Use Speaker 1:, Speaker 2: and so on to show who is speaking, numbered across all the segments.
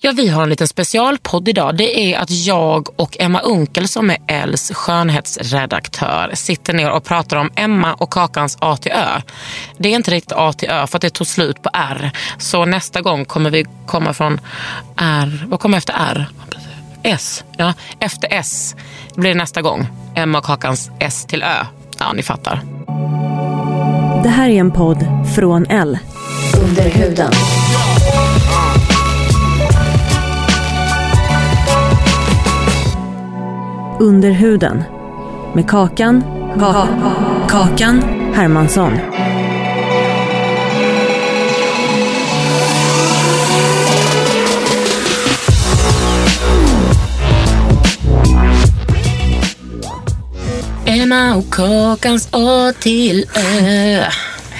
Speaker 1: Ja, vi har en liten specialpodd idag. Det är att jag och Emma Unkel som är Els skönhetsredaktör sitter ner och pratar om Emma och Kakans A till Ö. Det är inte riktigt A till Ö för att det tog slut på R. Så nästa gång kommer vi komma från R. Vad kommer efter R? S. Ja, efter S blir det nästa gång. Emma och Kakans S till Ö. Ja, ni fattar.
Speaker 2: Det här är en podd från L.
Speaker 3: Under huden.
Speaker 2: Under huden. Med Kakan. Ka- kakan Hermansson.
Speaker 1: Emma och Kakans A till Ö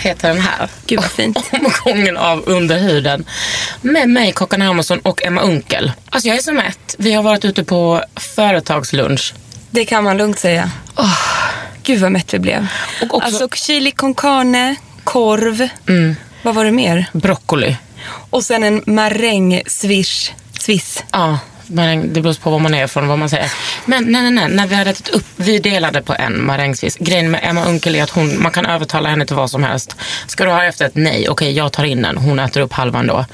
Speaker 1: heter den här.
Speaker 4: Gud vad fint.
Speaker 1: Omgången av Underhuden. Med mig, Kakan Hermansson och Emma Unkel. Alltså jag är så mätt. Vi har varit ute på företagslunch.
Speaker 4: Det kan man lugnt säga. Gud vad mätt vi blev.
Speaker 1: Och också-
Speaker 4: Alltså chili con carne, korv. Vad var det mer?
Speaker 1: Broccoli.
Speaker 4: Och sen en maräng swish. Swiss.
Speaker 1: Ja, maräng, det beror på var man är från vad man säger. Men nej, nej, nej. När vi hade ätit upp, vi delade på en marängsviss. Grejen med Emma Unkel är att hon, man kan övertala henne till vad som helst. Ska du ha efter ett nej? Okej, jag tar in den. Hon äter upp halvan då.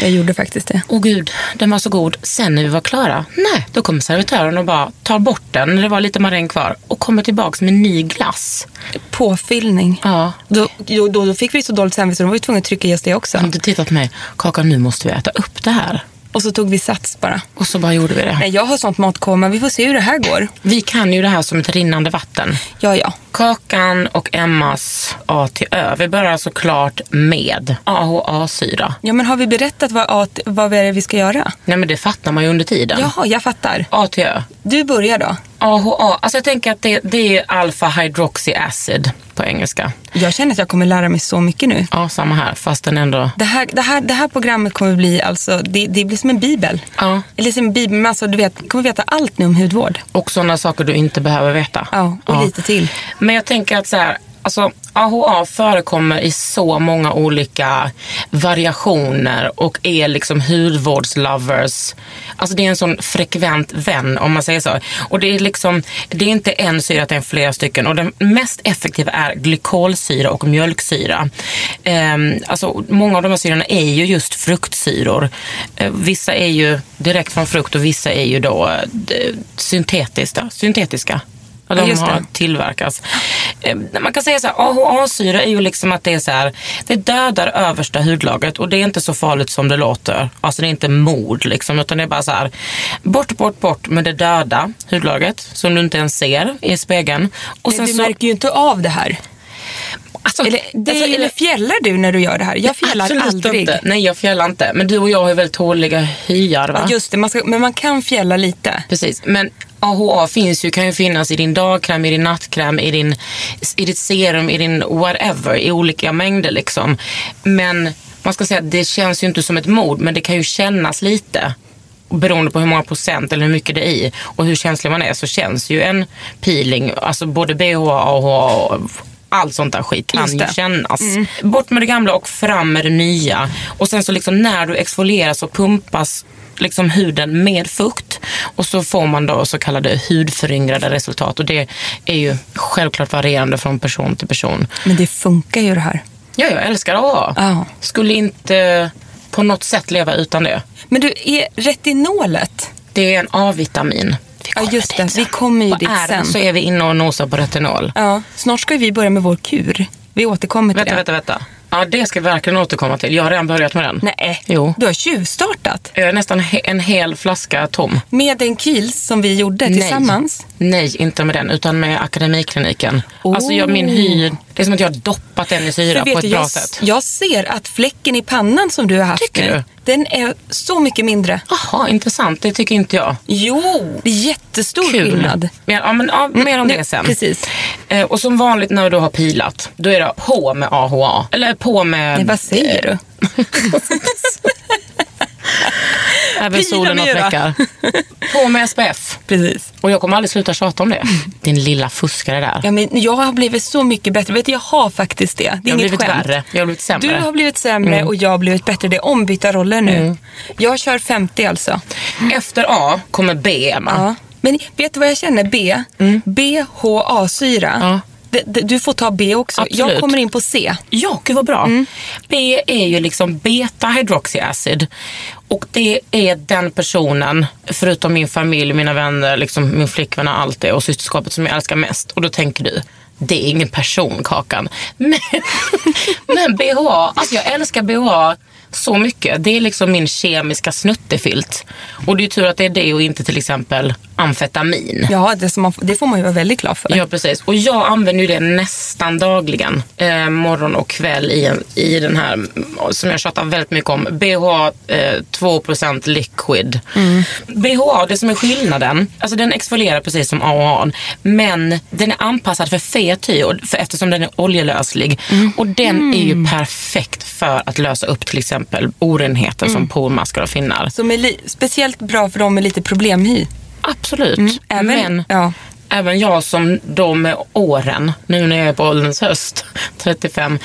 Speaker 4: Jag gjorde faktiskt det.
Speaker 1: Åh gud, den var så god. Sen när vi var klara, nej, då kommer servitören och bara tar bort den, det var lite maräng kvar, och kommer tillbaks med ny glass.
Speaker 4: Påfyllning.
Speaker 1: Ja.
Speaker 4: Då, då, då, då fick vi så dåligt samvete så de var ju tvungna att trycka i oss det också.
Speaker 1: Han hade tittat på mig, Kakan nu måste vi äta upp det här.
Speaker 4: Och så tog vi sats bara.
Speaker 1: Och så bara gjorde vi det.
Speaker 4: Nej, jag har sånt matkoma. Vi får se hur det här går.
Speaker 1: Vi kan ju det här som ett rinnande vatten.
Speaker 4: Ja, ja.
Speaker 1: Kakan och Emmas A till Ö. Vi börjar såklart med AHA-syra.
Speaker 4: Ja, men har vi berättat vad, att- vad det är vi ska göra?
Speaker 1: Nej men det fattar man ju under tiden.
Speaker 4: Jaha, jag fattar.
Speaker 1: A till Ö.
Speaker 4: Du börjar då.
Speaker 1: AHA, alltså jag tänker att det, det är alfa hydroxy acid på engelska.
Speaker 4: Jag känner att jag kommer lära mig så mycket nu.
Speaker 1: Ja, samma här, fast den ändå...
Speaker 4: Det här, det, här, det här programmet kommer bli alltså, det, det blir som en bibel.
Speaker 1: Ja.
Speaker 4: Eller som en bibel, men alltså du vet, kommer veta allt nu om hudvård.
Speaker 1: Och sådana saker du inte behöver veta.
Speaker 4: Ja, och lite till.
Speaker 1: Men jag tänker att så här, alltså, AHA förekommer i så många olika variationer och är liksom hudvårdslovers. Alltså det är en sån frekvent vän om man säger så. Och det är liksom, det är inte en syra utan flera stycken. Och den mest effektiva är glykolsyra och mjölksyra. Ehm, alltså många av de här syrorna är ju just fruktsyror. Eh, vissa är ju direkt från frukt och vissa är ju då eh, d- syntetiska. syntetiska. Ja,
Speaker 4: Ja,
Speaker 1: de
Speaker 4: just det.
Speaker 1: har tillverkas. Eh, Man kan säga så här, AHA-syra är ju liksom att det är så här, det dödar översta hudlagret och det är inte så farligt som det låter. Alltså det är inte mord liksom, utan det är bara så här, bort, bort, bort med det döda hudlagret som du inte ens ser i spegeln. Och
Speaker 4: Men
Speaker 1: sen
Speaker 4: du
Speaker 1: så,
Speaker 4: märker ju inte av det här.
Speaker 1: alltså,
Speaker 4: Eller, det,
Speaker 1: alltså,
Speaker 4: eller fjällar du när du gör det här? Jag fjällar
Speaker 1: absolut
Speaker 4: aldrig.
Speaker 1: Inte. Nej, jag fjällar inte. Men du och jag har ju väldigt tåliga hyar va?
Speaker 4: Ja, Just det, man ska, men man kan fjälla lite.
Speaker 1: Precis, men AHA finns ju, kan ju finnas i din dagkräm, i din nattkräm, i, din, i ditt serum, i din whatever, i olika mängder liksom. Men man ska säga att det känns ju inte som ett mord, men det kan ju kännas lite. Beroende på hur många procent eller hur mycket det är i och hur känslig man är så känns ju en peeling, alltså både BHA, AHA och allt sånt där skit kan
Speaker 4: Just
Speaker 1: ju
Speaker 4: det.
Speaker 1: kännas. Mm. Bort med det gamla och fram med det nya. Och sen så liksom när du exfolierar så pumpas liksom huden med fukt och så får man då så kallade hudföryngrade resultat och det är ju självklart varierande från person till person.
Speaker 4: Men det funkar ju det här.
Speaker 1: Ja, jag älskar AHA.
Speaker 4: Ja.
Speaker 1: Skulle inte på något sätt leva utan det.
Speaker 4: Men du, är retinolet?
Speaker 1: Det är en A-vitamin. Vi
Speaker 4: Ja,
Speaker 1: kommer
Speaker 4: just det.
Speaker 1: dit
Speaker 4: Vi kommer ju
Speaker 1: Vad
Speaker 4: dit
Speaker 1: är det?
Speaker 4: sen.
Speaker 1: Så är vi inne och nosar på retinol.
Speaker 4: Ja, snart ska ju vi börja med vår kur. Vi återkommer till
Speaker 1: Vänta,
Speaker 4: det.
Speaker 1: vänta, vänta. Ja, det ska vi verkligen återkomma till. Jag har redan börjat med den.
Speaker 4: Nej,
Speaker 1: Jo.
Speaker 4: du har tjuvstartat.
Speaker 1: Jag är nästan he- en hel flaska tom.
Speaker 4: Med en kils som vi gjorde tillsammans.
Speaker 1: Nej, nej, inte med den, utan med Akademikliniken. Alltså jag, min hy, det är som att jag har doppat den i syra
Speaker 4: Oh. För vet
Speaker 1: på ett
Speaker 4: du,
Speaker 1: bra
Speaker 4: jag,
Speaker 1: sätt.
Speaker 4: jag ser att fläcken i pannan som du har haft
Speaker 1: Tycker
Speaker 4: nu, den är så mycket mindre.
Speaker 1: Jaha, intressant. Det tycker inte jag.
Speaker 4: Jo! Det är jättestor skillnad.
Speaker 1: Men, ja, men, ja, mer om
Speaker 4: Mm,
Speaker 1: det sen.
Speaker 4: precis.
Speaker 1: Eh, och som vanligt när du har pilat, då är det på med AHA. Eller på med...
Speaker 4: Nej, vad säger du?
Speaker 1: Även
Speaker 4: Pila
Speaker 1: solen och
Speaker 4: mera.
Speaker 1: fläckar. På med SPF.
Speaker 4: Precis.
Speaker 1: Och jag kommer aldrig sluta tjata om det. Din lilla fuskare där.
Speaker 4: Ja, men jag har blivit så mycket bättre. Vet du, jag har faktiskt det. Det är
Speaker 1: jag har
Speaker 4: inget
Speaker 1: blivit
Speaker 4: skämt.
Speaker 1: värre. Jag har blivit sämre. Mm.
Speaker 4: Du har blivit sämre och jag har blivit bättre. Det är ombytta roller nu. Jag kör 50 alltså.
Speaker 1: Efter A kommer B, Emma.
Speaker 4: Ja. Men vet du vad jag känner? B. BHA-syra.
Speaker 1: Mm. Ja.
Speaker 4: D- d- Du får ta B också.
Speaker 1: Absolut.
Speaker 4: Jag kommer in på C.
Speaker 1: Ja, gud vad bra. B är ju liksom beta hydroxy acid. Och det är den personen, förutom min familj, mina vänner, liksom min flickvän och allt det och systerskapet som jag älskar mest. Och då tänker du, det är ingen person Kakan. Men, men BHA, alltså jag älskar BHA så mycket. Det är liksom min kemiska snuttefilt. Och det är ju tur att det är det och inte till exempel amfetamin.
Speaker 4: Ja, det, som man, det får man ju vara väldigt glad för.
Speaker 1: Ja, precis. Och jag använder ju det nästan dagligen. Eh, morgon och kväll i, en, i den här, mm, som jag tjatar väldigt mycket om, BHA eh, 2% liquid. BHA, det som är skillnaden, alltså den exfolierar precis som AHA, men den är anpassad för fet hy och- för, eftersom den är oljelöslig. Och den är ju perfekt för att lösa upp till exempel orenheter som pormaskar och finnar.
Speaker 4: Som är li- speciellt bra för de med lite problemhy.
Speaker 1: Absolut.
Speaker 4: Mm, även-
Speaker 1: men
Speaker 4: ja.
Speaker 1: även jag som då med åren, nu när jag är på ålderns höst, 35,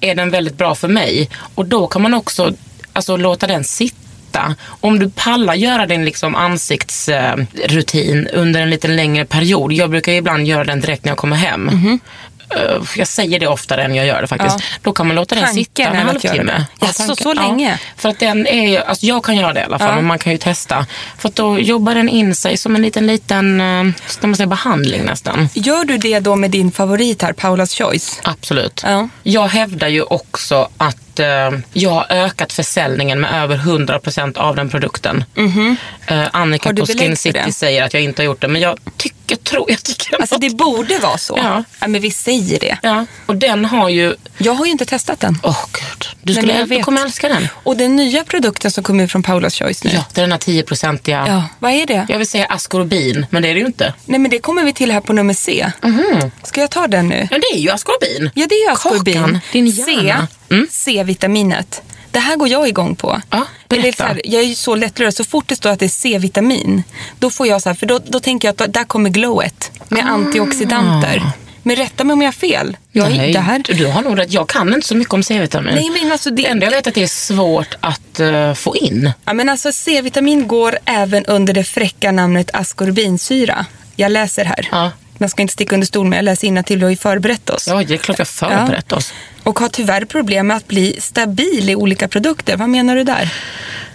Speaker 1: är den väldigt bra för mig. Och då kan man också alltså, låta den sitta. Om du pallar göra din liksom, ansiktsrutin under en lite längre period. Jag brukar ju ibland göra den direkt när jag kommer hem. Eh, Jag säger det oftare än jag gör det faktiskt.
Speaker 4: Mhm. Ja.
Speaker 1: Då kan man låta den
Speaker 4: Tanken
Speaker 1: sitta en
Speaker 4: är att göra
Speaker 1: halvtimme.
Speaker 4: det. Jaså,
Speaker 1: tanken-
Speaker 4: så länge?
Speaker 1: Alltså, för att den är ju, alltså jag kan göra det i alla fall,
Speaker 4: Ja.
Speaker 1: men man kan ju testa. För att då jobbar den in sig som en liten, liten eh, ska man säga, behandling nästan.
Speaker 4: Gör du det då med din favorit här, Paula's Choice?
Speaker 1: Absolut.
Speaker 4: Ja.
Speaker 1: Jag hävdar ju också att eh, jag har ökat försäljningen med över 100% av den produkten. Eh, Annika
Speaker 4: Mhm. Har du
Speaker 1: på
Speaker 4: belägg
Speaker 1: Skin
Speaker 4: för
Speaker 1: City
Speaker 4: det?
Speaker 1: säger att jag inte har gjort det, men jag tycker, tror, jag tycker ändå
Speaker 4: Alltså det
Speaker 1: att-
Speaker 4: borde vara så.
Speaker 1: Ja.
Speaker 4: men vi säger det.
Speaker 1: Ja, och den har ju...
Speaker 4: Jag har ju inte testat den.
Speaker 1: Åh gud, du,
Speaker 4: Nej,
Speaker 1: skulle,
Speaker 4: men jag
Speaker 1: du
Speaker 4: vet.
Speaker 1: kommer älska den.
Speaker 4: Och den nya produkten som kommer ut från Paula's Choice nu.
Speaker 1: Ja, det är den här 10-procentiga...
Speaker 4: Ja. Vad är det?
Speaker 1: Jag vill säga askorbin, men det är det ju inte.
Speaker 4: Nej men det kommer vi till här på nummer C.
Speaker 1: Mhm.
Speaker 4: Ska jag ta den nu?
Speaker 1: Ja, det är ju askorbin.
Speaker 4: Ja det är
Speaker 1: Kakan,
Speaker 4: askorbin.
Speaker 1: din
Speaker 4: C,
Speaker 1: hjärna. Mm.
Speaker 4: C-vitaminet. Det här går jag igång på.
Speaker 1: Ja,
Speaker 4: Eller
Speaker 1: berätta.
Speaker 4: så här, jag är ju så lättlurad. Så fort det står att det är C-vitamin, då får jag så här, för då, då tänker jag att då- där kommer glowet med
Speaker 1: Ah.
Speaker 4: antioxidanter. Men rätta mig om jag har fel. Jag, är-
Speaker 1: Nej,
Speaker 4: det här,
Speaker 1: Du har nog rätt. Jag kan inte så mycket om C-vitamin.
Speaker 4: Nej, men alltså det-
Speaker 1: det enda jag vet är att det är svårt att eh, få in.
Speaker 4: Ja, men alltså C-vitamin går även under det fräcka namnet askorbinsyra. Jag läser här.
Speaker 1: Ja.
Speaker 4: Man ska inte sticka under stol med, jag läser till och har ju förberett oss.
Speaker 1: Ja, det är klart jag förberett oss.
Speaker 4: Och har tyvärr problem med att bli stabil i olika produkter. Vad menar du där?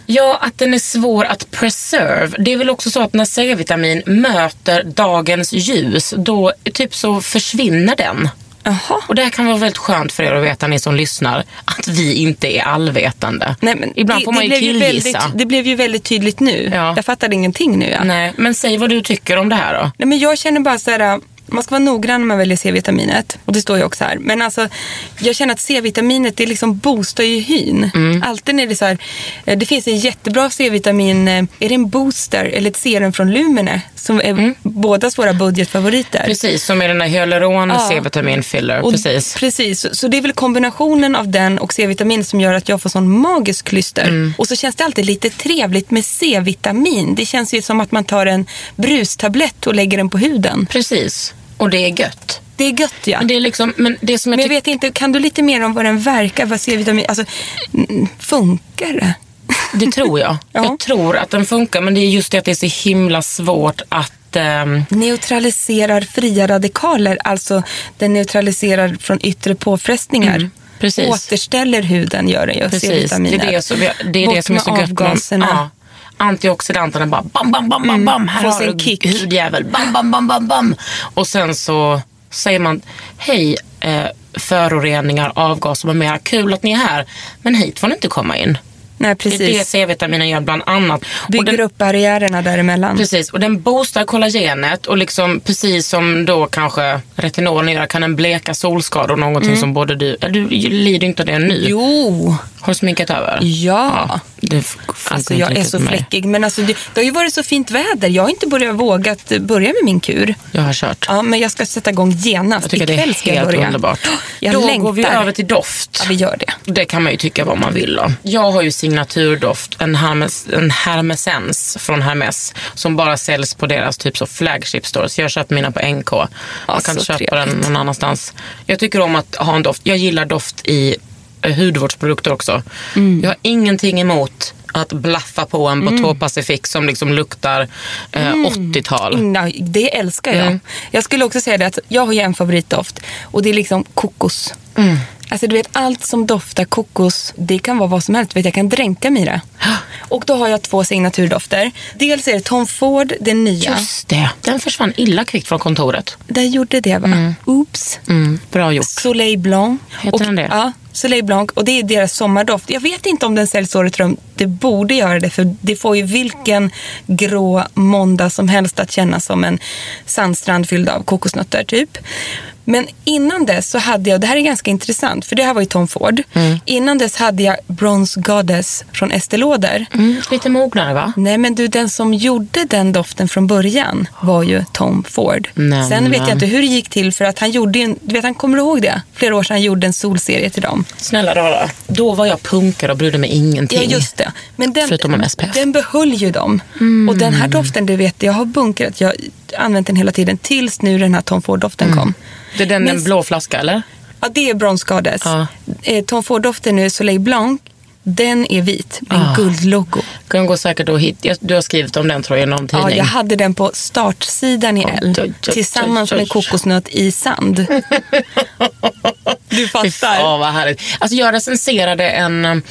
Speaker 1: Ja, att den är svår att preserve. Det är väl också så att när C-vitamin möter dagens ljus, då typ så försvinner den.
Speaker 4: Jaha.
Speaker 1: Och det här kan vara väldigt skönt för er att veta, ni som lyssnar, att vi inte är allvetande.
Speaker 4: Nej, men
Speaker 1: Ibland får man ju
Speaker 4: blev
Speaker 1: killgissa.
Speaker 4: väldigt, det blev ju väldigt tydligt nu.
Speaker 1: Ja.
Speaker 4: Jag fattade ingenting nu. Ja. Nej.
Speaker 1: Nej, men säg vad du tycker om det här då.
Speaker 4: men jag känner bara så här, man ska vara noggrann när man väljer C-vitaminet. Och det står ju också här. Men alltså, jag känner att C-vitaminet det liksom boostar ju hyn.
Speaker 1: Mm.
Speaker 4: Alltid när det är så här, eh, det finns en jättebra C-vitamin, eh, är det en booster eller ett serum från Lumene? Som är bådas våra budgetfavoriter.
Speaker 1: Mm. Precis, som är den här hyaluron
Speaker 4: Ja.
Speaker 1: C-vitamin filler.
Speaker 4: Och-
Speaker 1: Precis.
Speaker 4: precis. Så- Så det är väl kombinationen av den och C-vitamin som gör att jag får sån magisk klyster.
Speaker 1: Mm.
Speaker 4: Och så känns det alltid lite trevligt med C-vitamin. Det känns ju som att man tar en brustablett och lägger den på huden.
Speaker 1: Precis. Och det är gött.
Speaker 4: Det är gött ja.
Speaker 1: Men det är liksom, men det som jag
Speaker 4: Men jag
Speaker 1: tycker...
Speaker 4: vet inte, kan du lite mer om vad den verkar? Vad C-vitamin, alltså mm, funkar det?
Speaker 1: Det tror jag.
Speaker 4: Ja.
Speaker 1: Jag tror att den funkar, men det är just det att det är så himla svårt att... ehm,
Speaker 4: Neutraliserar fria radikaler, alltså den neutraliserar från yttre påfrestningar.
Speaker 1: Mm, Precis.
Speaker 4: återställer huden, gör den ju.
Speaker 1: Precis, det
Speaker 4: C-vitaminer.
Speaker 1: är det, som, vi- det, är det
Speaker 4: Bort
Speaker 1: som är
Speaker 4: med
Speaker 1: så gött. med-
Speaker 4: avgaserna. Mm.
Speaker 1: ja, antioxidanterna bara bam, bam, bam, bam, bam. Här
Speaker 4: får
Speaker 1: har
Speaker 4: sin
Speaker 1: du
Speaker 4: kick.
Speaker 1: hudjävel. Bam, bam, bam, bam, bam. Och sen så säger man hej eh, föroreningar, avgaser med mera. Kul att ni är här, men hit får ni inte komma in.
Speaker 4: Nej,
Speaker 1: Det är det
Speaker 4: precis.
Speaker 1: C-vitaminen gör bland annat. Och
Speaker 4: Bygger
Speaker 1: den-
Speaker 4: upp barriärerna däremellan.
Speaker 1: Precis, och den boostar kollagenet och liksom precis som då kanske retinolen gör kan den bleka solskador, någonting som både du, eller du lider ju inte av det nu.
Speaker 4: Mm. Jo,
Speaker 1: Har du sminkrat över?
Speaker 4: ja.
Speaker 1: Det f- funkar
Speaker 4: Alltså
Speaker 1: inte
Speaker 4: jag är
Speaker 1: riktigt
Speaker 4: så
Speaker 1: med mig.
Speaker 4: fläckig. Men alltså det, det har ju varit så fint väder. Jag har inte börjat vågat eh, börja med min kur.
Speaker 1: Jag har kört.
Speaker 4: Ja, men jag ska sätta igång genast.
Speaker 1: Jag tycker det
Speaker 4: Ikväll
Speaker 1: är
Speaker 4: ska jag
Speaker 1: helt
Speaker 4: börja.
Speaker 1: underbart.
Speaker 4: Jag
Speaker 1: då
Speaker 4: längtar.
Speaker 1: går vi över till doft.
Speaker 4: Ja, vi gör det.
Speaker 1: Det kan man ju tycka vad man vill om. Jag har ju signaturdoft, en, Hermes, en Hermesens från Hermes som bara säljs på deras typ så flagship stores. Jag köper mina på NK. Man
Speaker 4: så
Speaker 1: kan inte köpa den
Speaker 4: trevligt.
Speaker 1: någon annanstans. Jag tycker om att ha en doft. Jag gillar doft i eh, hudvårdsprodukter också. Jag har ingenting emot att blaffa på en Botox Pacific som liksom luktar eh, 80-tal.
Speaker 4: Nej, det älskar jag.
Speaker 1: Mm.
Speaker 4: Jag skulle också säga det att jag har ju en favoritdoft och det är liksom kokos.
Speaker 1: Mm.
Speaker 4: Alltså du vet allt som doftar kokos, det kan vara vad som helst. Du Vet, jag kan dränka mig i det. Och då har jag två signaturdofter. Dels är det Tom Ford, den nya.
Speaker 1: Just det. Den försvann illa kvickt från kontoret.
Speaker 4: Den gjorde det va? Oops.
Speaker 1: Bra gjort.
Speaker 4: Soleil Blanc.
Speaker 1: Mm. Heter
Speaker 4: och,
Speaker 1: den det?
Speaker 4: Ja, Soleil Blanc. Och det är deras sommardoft. Jag vet inte om den säljs året runt. Det borde göra det, för det får ju vilken grå måndag som helst att kännas som en sandstrand fylld av kokosnötter, typ. Men innan dess så hade jag, det här är ganska intressant, för det här var ju Tom Ford.
Speaker 1: Mm.
Speaker 4: Innan dess hade jag Bronze Goddess från Estée Lauder.
Speaker 1: Mm, lite mognare va?
Speaker 4: Nej men du, den som gjorde den doften från början var ju Tom Ford.
Speaker 1: Nämen.
Speaker 4: Sen vet jag inte hur det gick till för att han gjorde ju en, du vet han kommer du ihåg det? Flera år sedan han gjorde en solserie till dem.
Speaker 1: Snälla rara. Då var jag punkare och brydde mig ingenting.
Speaker 4: Ja just det. Men den,
Speaker 1: Förutom om SPF.
Speaker 4: den behöll ju dem.
Speaker 1: Mm.
Speaker 4: Och den här doften, du vet, jag har bunkrat, jag har använt den hela tiden tills nu den här Tom Ford-doften
Speaker 1: Mm.
Speaker 4: kom.
Speaker 1: Det är den,
Speaker 4: Men-
Speaker 1: den blå flaska eller?
Speaker 4: Ja, det är Bronze Goddess.
Speaker 1: Ja.
Speaker 4: Eh, Tom Ford-doften nu, Soleil Blanc, den är vit med en
Speaker 1: Ah.
Speaker 4: guldlogo.
Speaker 1: Den går säkert att hitta. Jag- Du har skrivit om den tror jag i någon
Speaker 4: Ja,
Speaker 1: tidning.
Speaker 4: jag hade den på startsidan i
Speaker 1: Oj,
Speaker 4: L.
Speaker 1: oj, oj,
Speaker 4: Tillsammans
Speaker 1: oj, oj.
Speaker 4: med kokosnöt i sand. Du
Speaker 1: Fy
Speaker 4: fattar.
Speaker 1: fan vad härligt. Alltså jag recenserade en... um,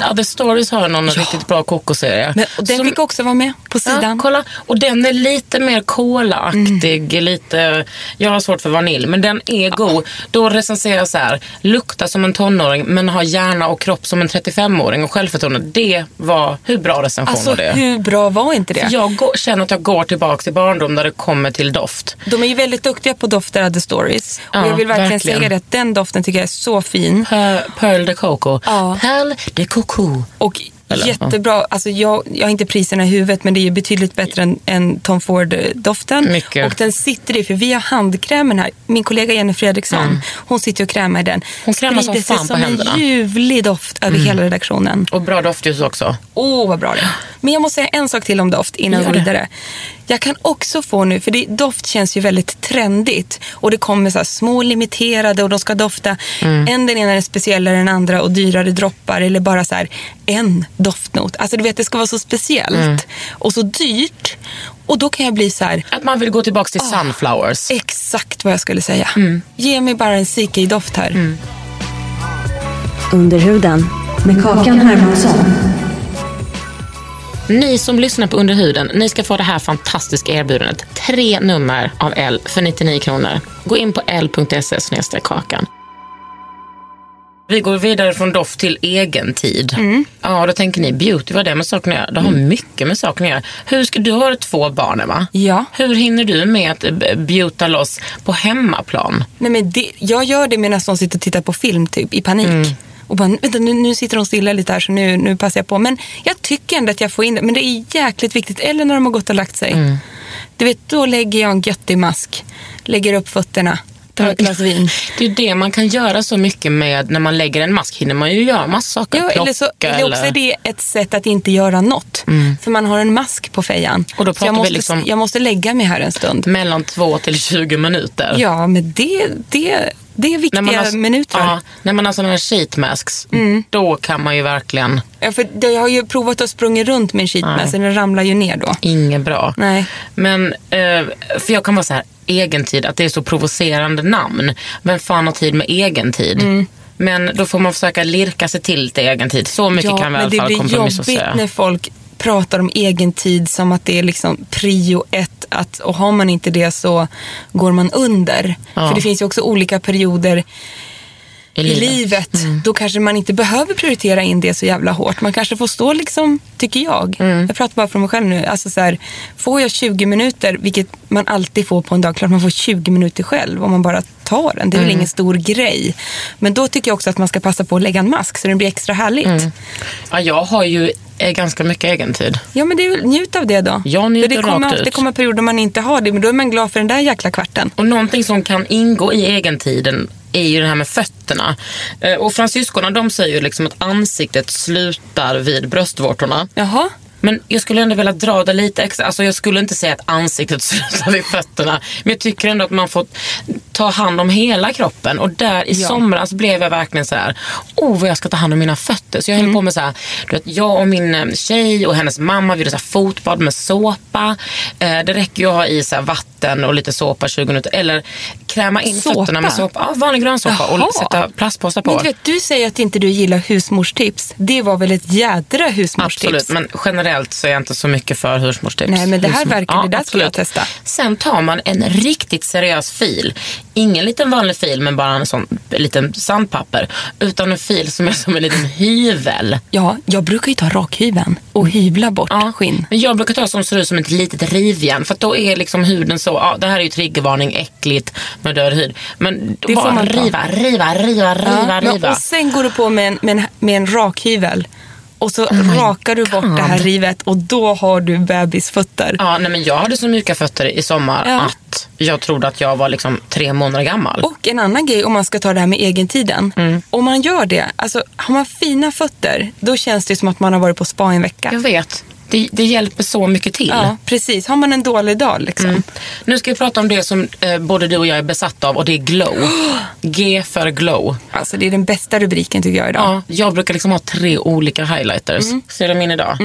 Speaker 1: Ja, The Stories har någon riktigt bra kokoserie.
Speaker 4: Men, och den
Speaker 1: Som-
Speaker 4: fick också vara med på
Speaker 1: Ja,
Speaker 4: sidan.
Speaker 1: kolla. Och den är lite mer kolaaktig. Lite, jag har svårt för vanilj, men den är god. Då recenserar jag så här. Lukta som en tonåring, men ha hjärna och kropp som en 35-åring och självförtroende. Det var, hur bra recension
Speaker 4: alltså
Speaker 1: var det?
Speaker 4: hur bra var inte det?
Speaker 1: För Jag går, känner att jag går tillbaka till barndom när det kommer till doft.
Speaker 4: De är ju väldigt duktiga på dofter of the stories.
Speaker 1: Ja,
Speaker 4: och jag vill verkligen,
Speaker 1: verkligen.
Speaker 4: säga det att den doften tycker jag är så fin.
Speaker 1: Pe- Pearl de Coco.
Speaker 4: Ja.
Speaker 1: Pearl de Coco.
Speaker 4: Och
Speaker 1: Eller, ja.
Speaker 4: jättebra. Alltså jag, jag har inte priserna i huvudet men det är ju betydligt bättre än, än Tom Ford-doften.
Speaker 1: Mycket.
Speaker 4: Och den sitter i, för vi har handkrämen här. Min kollega Jenny Fredriksson, hon sitter och krämar i den.
Speaker 1: Mm. Hon krämar som
Speaker 4: Sprider sig
Speaker 1: fan på händerna. Mm.
Speaker 4: som en ljuvlig doft över hela redaktionen.
Speaker 1: Och bra doftljus också.
Speaker 4: Åh, vad bra det är. Men jag måste säga en sak till om doft innan vi
Speaker 1: Gör
Speaker 4: går
Speaker 1: det.
Speaker 4: vidare. Jag kan också få nu, för det, doft känns ju väldigt trendigt och det kommer så här små limiterade och de ska dofta.
Speaker 1: Mm.
Speaker 4: En den ena är speciellare än den andra och dyrare droppar eller bara så här en doftnot. Alltså du vet, det ska vara så speciellt
Speaker 1: Mm.
Speaker 4: och så dyrt. Och då kan jag bli så här,
Speaker 1: Att man vill gå tillbaka till sunflowers.
Speaker 4: exakt vad jag skulle säga.
Speaker 1: Mm.
Speaker 4: Ge mig bara en CK-doft här.
Speaker 2: Under huden med Kakan Hermansson.
Speaker 1: Ni som lyssnar på Under huden, ni ska få det här fantastiska erbjudandet. Tre nummer av L för 99 kronor. Gå in på l.se E snedstreck kakan. Vi går vidare från doft till egen tid. Ja, då tänker ni beauty, vad har det med saken att göra? Det har mycket med saken att göra. Hur ska, du har två barn, va?
Speaker 4: Ja.
Speaker 1: Hur hinner du med att eh, beauta loss på hemmaplan?
Speaker 4: Nej, men det, jag gör det medan de sitter och tittar på film typ, i panik.
Speaker 1: Mm.
Speaker 4: Och bara, vänta, nu, nu sitter de stilla lite här så nu, nu passar jag på. Men jag tycker ändå att jag får in det. Men det är jäkligt viktigt. Eller när de har gått och lagt sig.
Speaker 1: Mm.
Speaker 4: Du vet, då lägger jag en göttig mask. Lägger upp fötterna. Tar ett glas vin.
Speaker 1: Det är ju det man kan göra så mycket med när man lägger en mask. Hinner man ju göra massa saker.
Speaker 4: Ja, eller, så,
Speaker 1: Plocka Mm.
Speaker 4: eller också är det ett sätt att inte göra något. För man har en mask på fejan.
Speaker 1: Och då
Speaker 4: Så
Speaker 1: pratar
Speaker 4: jag,
Speaker 1: vi
Speaker 4: måste,
Speaker 1: liksom-
Speaker 4: jag måste lägga mig här en stund.
Speaker 1: mellan två till 20 minuter.
Speaker 4: Ja, men det, det, det är viktiga minuter. Mm.
Speaker 1: Ja, när man har sådana här sheet masks, då kan man ju verkligen,
Speaker 4: Ja, för jag har ju provat att sprungit runt med en
Speaker 1: Nej.
Speaker 4: sheetmask, så den ramlar ju ner då.
Speaker 1: inget bra.
Speaker 4: Nej.
Speaker 1: Men, eh, för jag kan
Speaker 4: Mm.
Speaker 1: vara så här, egen tid, att det är så provocerande namn. Vem fan har tid med egen tid? Men då får man försöka lirka sig till det i egen tid. Så mycket
Speaker 4: ja,
Speaker 1: kan vi i
Speaker 4: men
Speaker 1: alla
Speaker 4: det
Speaker 1: fall
Speaker 4: blir
Speaker 1: kompromissa
Speaker 4: jobbigt
Speaker 1: och säga.
Speaker 4: när folk pratar om egen tid som att det är liksom prio ett. Att, och har man inte det så går man under.
Speaker 1: Ja.
Speaker 4: För det finns ju också olika perioder i livet.
Speaker 1: Mm.
Speaker 4: Då kanske man inte behöver prioritera in det så jävla hårt. Man kanske får stå liksom, tycker jag.
Speaker 1: Mm.
Speaker 4: Jag pratar bara för mig själv nu. Alltså så här, får jag 20 minuter, vilket man alltid får på en dag. Klart man får 20 minuter själv om man bara tar den. Det är
Speaker 1: Mm.
Speaker 4: väl ingen stor grej. Men då tycker jag också att man ska passa på att lägga en mask så den blir extra härligt.
Speaker 1: Mm. Ja, jag har ju eh, ganska mycket egen tid.
Speaker 4: Ja men det är, väl- njut av det då.
Speaker 1: Jag njuter
Speaker 4: För det kommer
Speaker 1: rakt
Speaker 4: alltid
Speaker 1: ut.
Speaker 4: komma perioder man inte har det, men då är man glad för den där jäkla kvarten.
Speaker 1: Och någonting som kan ingå i egentiden är ju det här med fötterna. Eh, Och fransyskorna de säger ju liksom att ansiktet slutar vid bröstvårtorna.
Speaker 4: Jaha,
Speaker 1: Men jag skulle ändå vilja dra det lite extra. Alltså jag skulle inte säga att ansiktet slutar vid fötterna. Men jag tycker ändå att man får ta hand om hela kroppen. Och där i somras blev jag verkligen så här, oh vad jag ska ta hand om mina fötter. Så jag
Speaker 4: Mm.
Speaker 1: höll på med så här, du vet, jag och min eh, tjej och hennes mamma vi gjorde så här fotbad med såpa. Eh, det räcker ju att ha i så här vatten och lite såpa 20 minuter. Eller kräma in
Speaker 4: Såpa?
Speaker 1: fötterna med såpa. Ja, vanlig grönsåpa
Speaker 4: Jaha.
Speaker 1: och sätta plastpåsar på.
Speaker 4: men du vet du säger att inte du gillar husmorstips. Det var väl ett jädra husmorstips?
Speaker 1: Absolut, men generellt så är jag inte så mycket för husmorstips.
Speaker 4: Nej, men det här
Speaker 1: Husmor-
Speaker 4: verkar- det där ska jag
Speaker 1: absolut.
Speaker 4: testa.
Speaker 1: Sen tar man en riktigt seriös fil. Ingen liten vanlig fil, men bara en sån liten sandpapper. Utan en fil som är som en liten hyvel.
Speaker 4: Ja, jag brukar ju ta rakhyveln och hyvla bort
Speaker 1: Ja,
Speaker 4: skinn.
Speaker 1: Men jag brukar ta som ser ut som ett litet rivjärn. För att då är liksom huden så, ja det här är ju triggervarning, äckligt med död hud. Men
Speaker 4: Det får
Speaker 1: bara
Speaker 4: man ta.
Speaker 1: riva, riva, riva, riva,
Speaker 4: men-
Speaker 1: riva.
Speaker 4: Och sen går du på med en, med en, med en rakhyvel och så rakar du bort det här
Speaker 1: Oh God.
Speaker 4: rivet och då har du bebisfötter.
Speaker 1: Ja, nej, men jag hade så mjuka fötter i sommar
Speaker 4: Ja.
Speaker 1: att jag trodde att jag var liksom tre månader gammal.
Speaker 4: Och en annan grej om man ska ta det här med egentiden.
Speaker 1: Mm.
Speaker 4: Om man gör det, alltså har man fina fötter, då känns det som att man har varit på spa i en vecka.
Speaker 1: Jag vet. Det, det hjälper så mycket till.
Speaker 4: Ja, precis. Har man en dålig dag liksom.
Speaker 1: Mm. Nu ska vi prata om det som eh, både du och jag är besatta av och det är glow. G för glow.
Speaker 4: Alltså det är den bästa rubriken tycker jag idag.
Speaker 1: Ja, jag brukar liksom ha tre olika highlighters. Ser du min idag?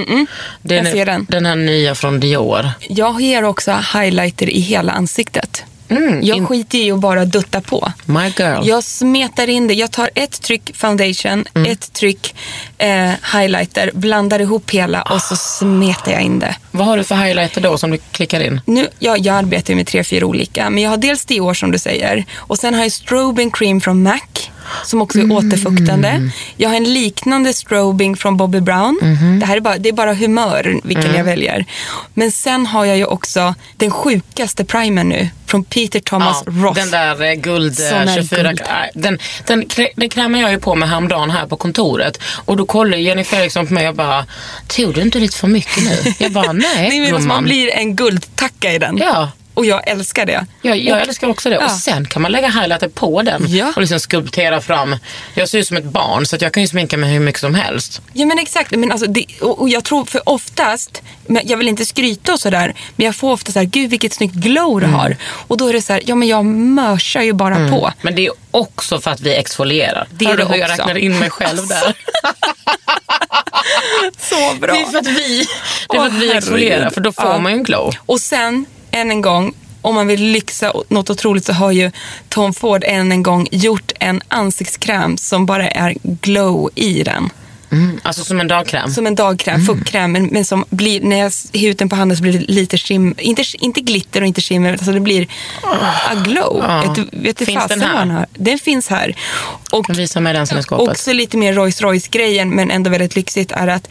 Speaker 1: Det är
Speaker 4: Mm. Jag ser den.
Speaker 1: Den här nya från Dior.
Speaker 4: Jag ger också highlighter i hela ansiktet.
Speaker 1: Mm,
Speaker 4: jag
Speaker 1: in-
Speaker 4: skiter i att bara dutta på.
Speaker 1: My girl.
Speaker 4: Jag smetar in det. Jag tar ett tryck foundation,
Speaker 1: Mm.
Speaker 4: ett tryck eh, highlighter, blandar ihop hela och
Speaker 1: Ah.
Speaker 4: så smetar jag in det.
Speaker 1: Vad har du för highlighter då som du klickar in?
Speaker 4: Nu, jag, jag arbetar ju med tre, fyra olika, men jag har dels Dior som du säger och sen har jag strobing cream från MAC som också är
Speaker 1: Mm.
Speaker 4: återfuktande. Jag har en liknande strobing från Bobby Brown.
Speaker 1: Mm-hmm.
Speaker 4: Det här är bara, det är bara humör vilken
Speaker 1: Mm.
Speaker 4: jag väljer. Men sen har jag ju också den sjukaste primern nu från Peter Thomas
Speaker 1: Ja,
Speaker 4: Roth.
Speaker 1: Den där eh, guld eh,
Speaker 4: Som är
Speaker 1: 24
Speaker 4: guld.
Speaker 1: Nej, Den, den, krä- den krämar jag ju på mig häromdagen här på kontoret. Och då kollar ju Jennifer Eriksson på mig och bara, tog du inte lite för mycket nu? Jag bara, nej,
Speaker 4: Nej, men alltså, man
Speaker 1: gumman."
Speaker 4: blir en guldtacka i den.
Speaker 1: Ja.
Speaker 4: Och jag älskar det.
Speaker 1: Jag, jag älskar också det.
Speaker 4: Ja.
Speaker 1: Och sen kan man lägga highlighter på den
Speaker 4: Ja.
Speaker 1: och liksom skulptera fram. Jag ser ut som ett barn så att jag kan ju sminka mig hur mycket som helst.
Speaker 4: Ja men exakt. Men alltså, det, och, och jag tror för oftast, men jag vill inte skryta och sådär, men jag får ofta så här, gud vilket snyggt glow du har. Och då är det så här, ja men jag mörsar ju bara på.
Speaker 1: Men det är också för att vi exfolierar.
Speaker 4: Det är
Speaker 1: Hör du
Speaker 4: det
Speaker 1: hur jag
Speaker 4: också.
Speaker 1: räknar in mig själv där?
Speaker 4: Så bra.
Speaker 1: Det är för att vi, det är
Speaker 4: Åh,
Speaker 1: för att vi
Speaker 4: herregud.
Speaker 1: exfolierar för då får
Speaker 4: Ja.
Speaker 1: man ju en glow.
Speaker 4: Och sen, än en gång, om man vill lyxa åt något otroligt så har ju Tom Ford än en gång gjort en ansiktskräm som bara är glow i den.
Speaker 1: Mm, Alltså som en dagkräm.
Speaker 4: Som en dagkräm,
Speaker 1: Mm.
Speaker 4: fuktkräm, men, men som blir, när jag ser ut den på handen så blir det lite skimmer, inte, inte glitter och inte skimmer, alltså det blir a glow.
Speaker 1: Ah. Ja.
Speaker 4: Ett, vet du
Speaker 1: Finns
Speaker 4: fasen
Speaker 1: den här?
Speaker 4: vad den har? Den finns här. Och
Speaker 1: Visa mig den som är i skåpet.
Speaker 4: också lite mer Rolls Royce-grejen, men ändå väldigt lyxigt, är att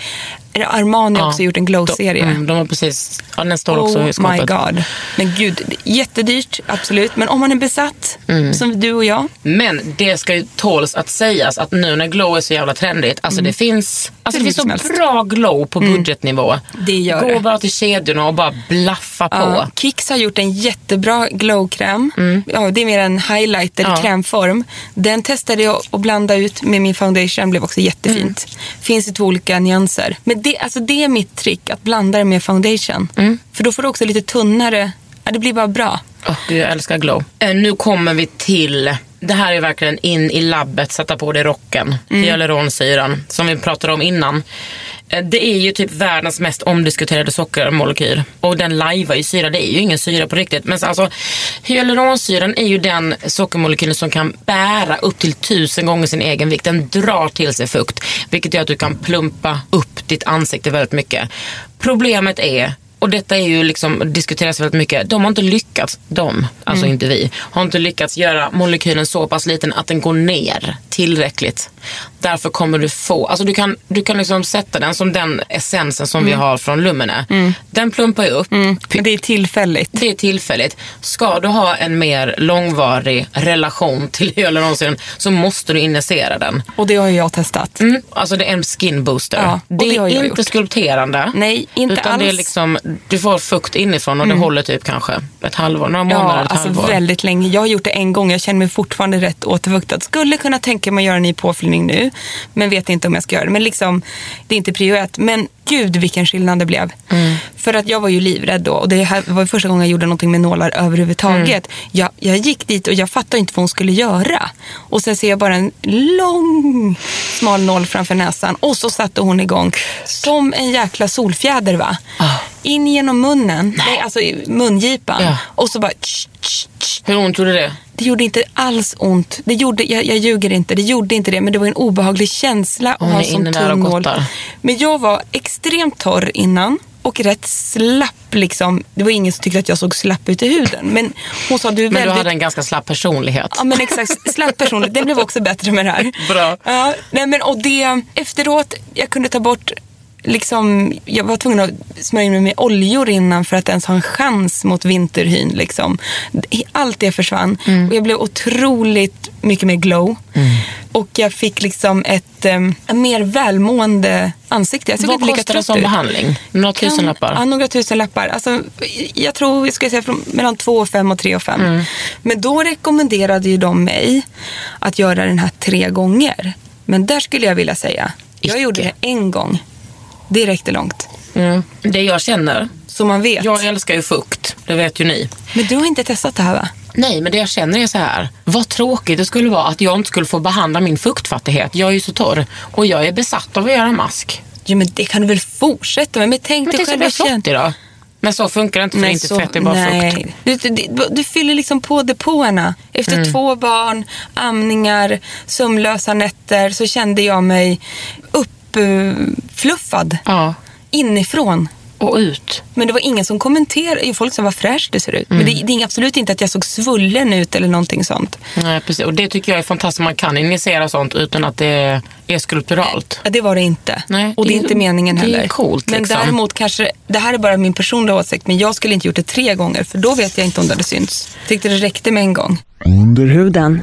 Speaker 4: Armani har också gjort en glow-serie.
Speaker 1: De, mm, de har precis, ja, den står också
Speaker 4: Oh
Speaker 1: i skåpet.
Speaker 4: my god. Men gud, det är jättedyrt, absolut. Men om man är besatt,
Speaker 1: Mm.
Speaker 4: som du och jag.
Speaker 1: Men det ska ju tåls att sägas att nu när glow är så jävla trendigt, alltså det finns, alltså det
Speaker 4: Mm. Hur
Speaker 1: finns så
Speaker 4: mycket som helst. Mm.
Speaker 1: bra glow på budgetnivå.
Speaker 4: Det gör
Speaker 1: Gå
Speaker 4: det.
Speaker 1: bara till kedjorna och bara blaffa
Speaker 4: Ja,
Speaker 1: på. Mm.
Speaker 4: Kicks har gjort en jättebra glowkräm. Ja, det är mer en highlighter
Speaker 1: Ja.
Speaker 4: i krämform. Den testade jag att blanda ut med min foundation. blev också jättefint.
Speaker 1: Mm.
Speaker 4: Finns i två olika nyanser. Men det, alltså det är mitt trick, att blanda det med foundation.
Speaker 1: Mm.
Speaker 4: För då får du också lite tunnare. Ja, det blir bara bra.
Speaker 1: Åh, gud, jag älskar glow. Eh, nu kommer vi till, det här är Mm. verkligen in i labbet, sätta på dig rocken. Hyaluronsyran, som vi pratade om innan. Eh, Det är ju typ världens mest omdiskuterade sockermolekyl. Och den lajvar ju syra. Det är ju ingen syra på riktigt. Men så alltså, hyaluronsyran är ju den sockermolekylen som kan bära upp till tusen gånger sin egen vikt. Den drar till sig fukt. Vilket gör att du kan plumpa upp ditt ansikte väldigt mycket. Problemet är och detta är ju liksom, diskuteras väldigt mycket. De har inte lyckats, de, alltså inte vi, har inte lyckats göra molekylen så pass liten att den går ner tillräckligt. Därför kommer du få, alltså du kan, du kan liksom sätta den som den essensen som vi har från Lumene. Den plumpar ju upp.
Speaker 4: Mm. Men det är tillfälligt.
Speaker 1: Det är tillfälligt. Ska du ha en mer långvarig relation till hyaluronsyran så måste du injicera den.
Speaker 4: Och det har ju jag testat.
Speaker 1: Mm. Alltså det är en skin booster.
Speaker 4: Ja, och
Speaker 1: det,
Speaker 4: det har
Speaker 1: är
Speaker 4: jag
Speaker 1: inte
Speaker 4: gjort.
Speaker 1: skulpterande.
Speaker 4: Nej, inte
Speaker 1: utan Det är
Speaker 4: alls. Mm.
Speaker 1: liksom, du får fukt inifrån och det håller typ kanske ett halvår, några
Speaker 4: Ja,
Speaker 1: månader, ett
Speaker 4: alltså
Speaker 1: halvår.
Speaker 4: väldigt länge. Jag har gjort det en gång. Jag känner mig fortfarande rätt återfuktad. Skulle kunna tänka mig att göra en ny påfyllning nu, men vet inte om jag ska göra det. Men liksom, det är inte prio ett. Men gud vilken skillnad det blev.
Speaker 1: Mm.
Speaker 4: För att jag var ju livrädd då och det här var ju första gången jag gjorde någonting med nålar överhuvudtaget.
Speaker 1: Mm.
Speaker 4: Jag, jag gick dit och jag fattade inte vad hon skulle göra. Och sen ser jag bara en lång smal nål framför näsan och så satte hon igång som en jäkla solfjäder va.
Speaker 1: Ah.
Speaker 4: In genom munnen, nej. alltså i mungipan.
Speaker 1: Ja.
Speaker 4: Och så bara... Tsch, tsch, tsch.
Speaker 1: Hur ont gjorde det?
Speaker 4: Det gjorde inte alls ont. Det gjorde, jag, jag ljuger inte, det gjorde inte det. Men det var en obehaglig känsla att
Speaker 1: Hon
Speaker 4: ha
Speaker 1: är
Speaker 4: sån
Speaker 1: inne där och
Speaker 4: tung nål.
Speaker 1: gottar.
Speaker 4: Men jag var extremt torr innan och rätt slapp. Liksom. Det var ingen som tyckte att jag såg slapp ut i huden. Men hon sa du är
Speaker 1: Men
Speaker 4: väldigt...
Speaker 1: du hade en ganska slapp personlighet.
Speaker 4: Ja men exakt, slapp personligt. Det blev också bättre med det här.
Speaker 1: Bra.
Speaker 4: Ja, nej men och det, efteråt, jag kunde ta bort Liksom, jag var tvungen att smörja in mig med oljor innan för att ens ha en chans mot vinterhyn. Liksom. Allt det försvann
Speaker 1: Mm.
Speaker 4: och jag blev otroligt mycket mer glow. Och jag fick liksom ett em, mer välmående ansikte. Jag såg
Speaker 1: Vad
Speaker 4: inte lika
Speaker 1: kostar det
Speaker 4: trött
Speaker 1: som
Speaker 4: ut.
Speaker 1: behandling? Några
Speaker 4: Kan-
Speaker 1: tusenlappar?
Speaker 4: Ja, några tusenlappar. Alltså, jag tror, jag skulle säga från, mellan två och fem och tre och fem.
Speaker 1: Mm.
Speaker 4: Men då rekommenderade ju de mig att göra den här tre gånger. Men där skulle jag vilja säga, jag
Speaker 1: Icke.
Speaker 4: gjorde det en gång. Det räckte långt.
Speaker 1: Mm. Det jag känner,
Speaker 4: Så man vet.
Speaker 1: jag älskar ju fukt, det vet ju ni.
Speaker 4: Men du har inte testat det här va?
Speaker 1: Nej, men det jag känner är så här. Vad tråkigt det skulle vara att jag inte skulle få behandla min fuktfattighet. Jag är ju så torr och jag är besatt av att göra mask.
Speaker 4: Jo men det kan du väl fortsätta med? Men tänk
Speaker 1: Men
Speaker 4: dig
Speaker 1: tänk så
Speaker 4: själv.
Speaker 1: blir jag
Speaker 4: jag känner-
Speaker 1: flottig då. Men så funkar det inte, för det är inte
Speaker 4: så-
Speaker 1: fett, det är bara fukt.
Speaker 4: nej. Du, du, du, du fyller liksom på depåerna. Efter
Speaker 1: Mm.
Speaker 4: två barn, amningar, sömnlösa nätter så kände jag mig uppfluffad
Speaker 1: Ja,
Speaker 4: inifrån.
Speaker 1: och ut.
Speaker 4: Men det var ingen som kommenterade. Jo, Folk sa vad fräscht det ser ut. Men
Speaker 1: Mm.
Speaker 4: det, det är absolut inte att jag såg svullen ut eller någonting sånt.
Speaker 1: Nej, precis. Och det tycker jag är fantastiskt. Man kan injicera sånt utan att det är skulpturalt.
Speaker 4: Ja, det var det inte.
Speaker 1: Nej,
Speaker 4: och det är
Speaker 1: det är-
Speaker 4: inte meningen
Speaker 1: det är
Speaker 4: heller.
Speaker 1: coolt,
Speaker 4: men
Speaker 1: liksom.
Speaker 4: däremot kanske, det här är bara min personliga åsikt, men jag skulle inte gjort det tre gånger för då vet jag inte om det hade synts. Tyckte det räckte med en gång.
Speaker 2: Under huden.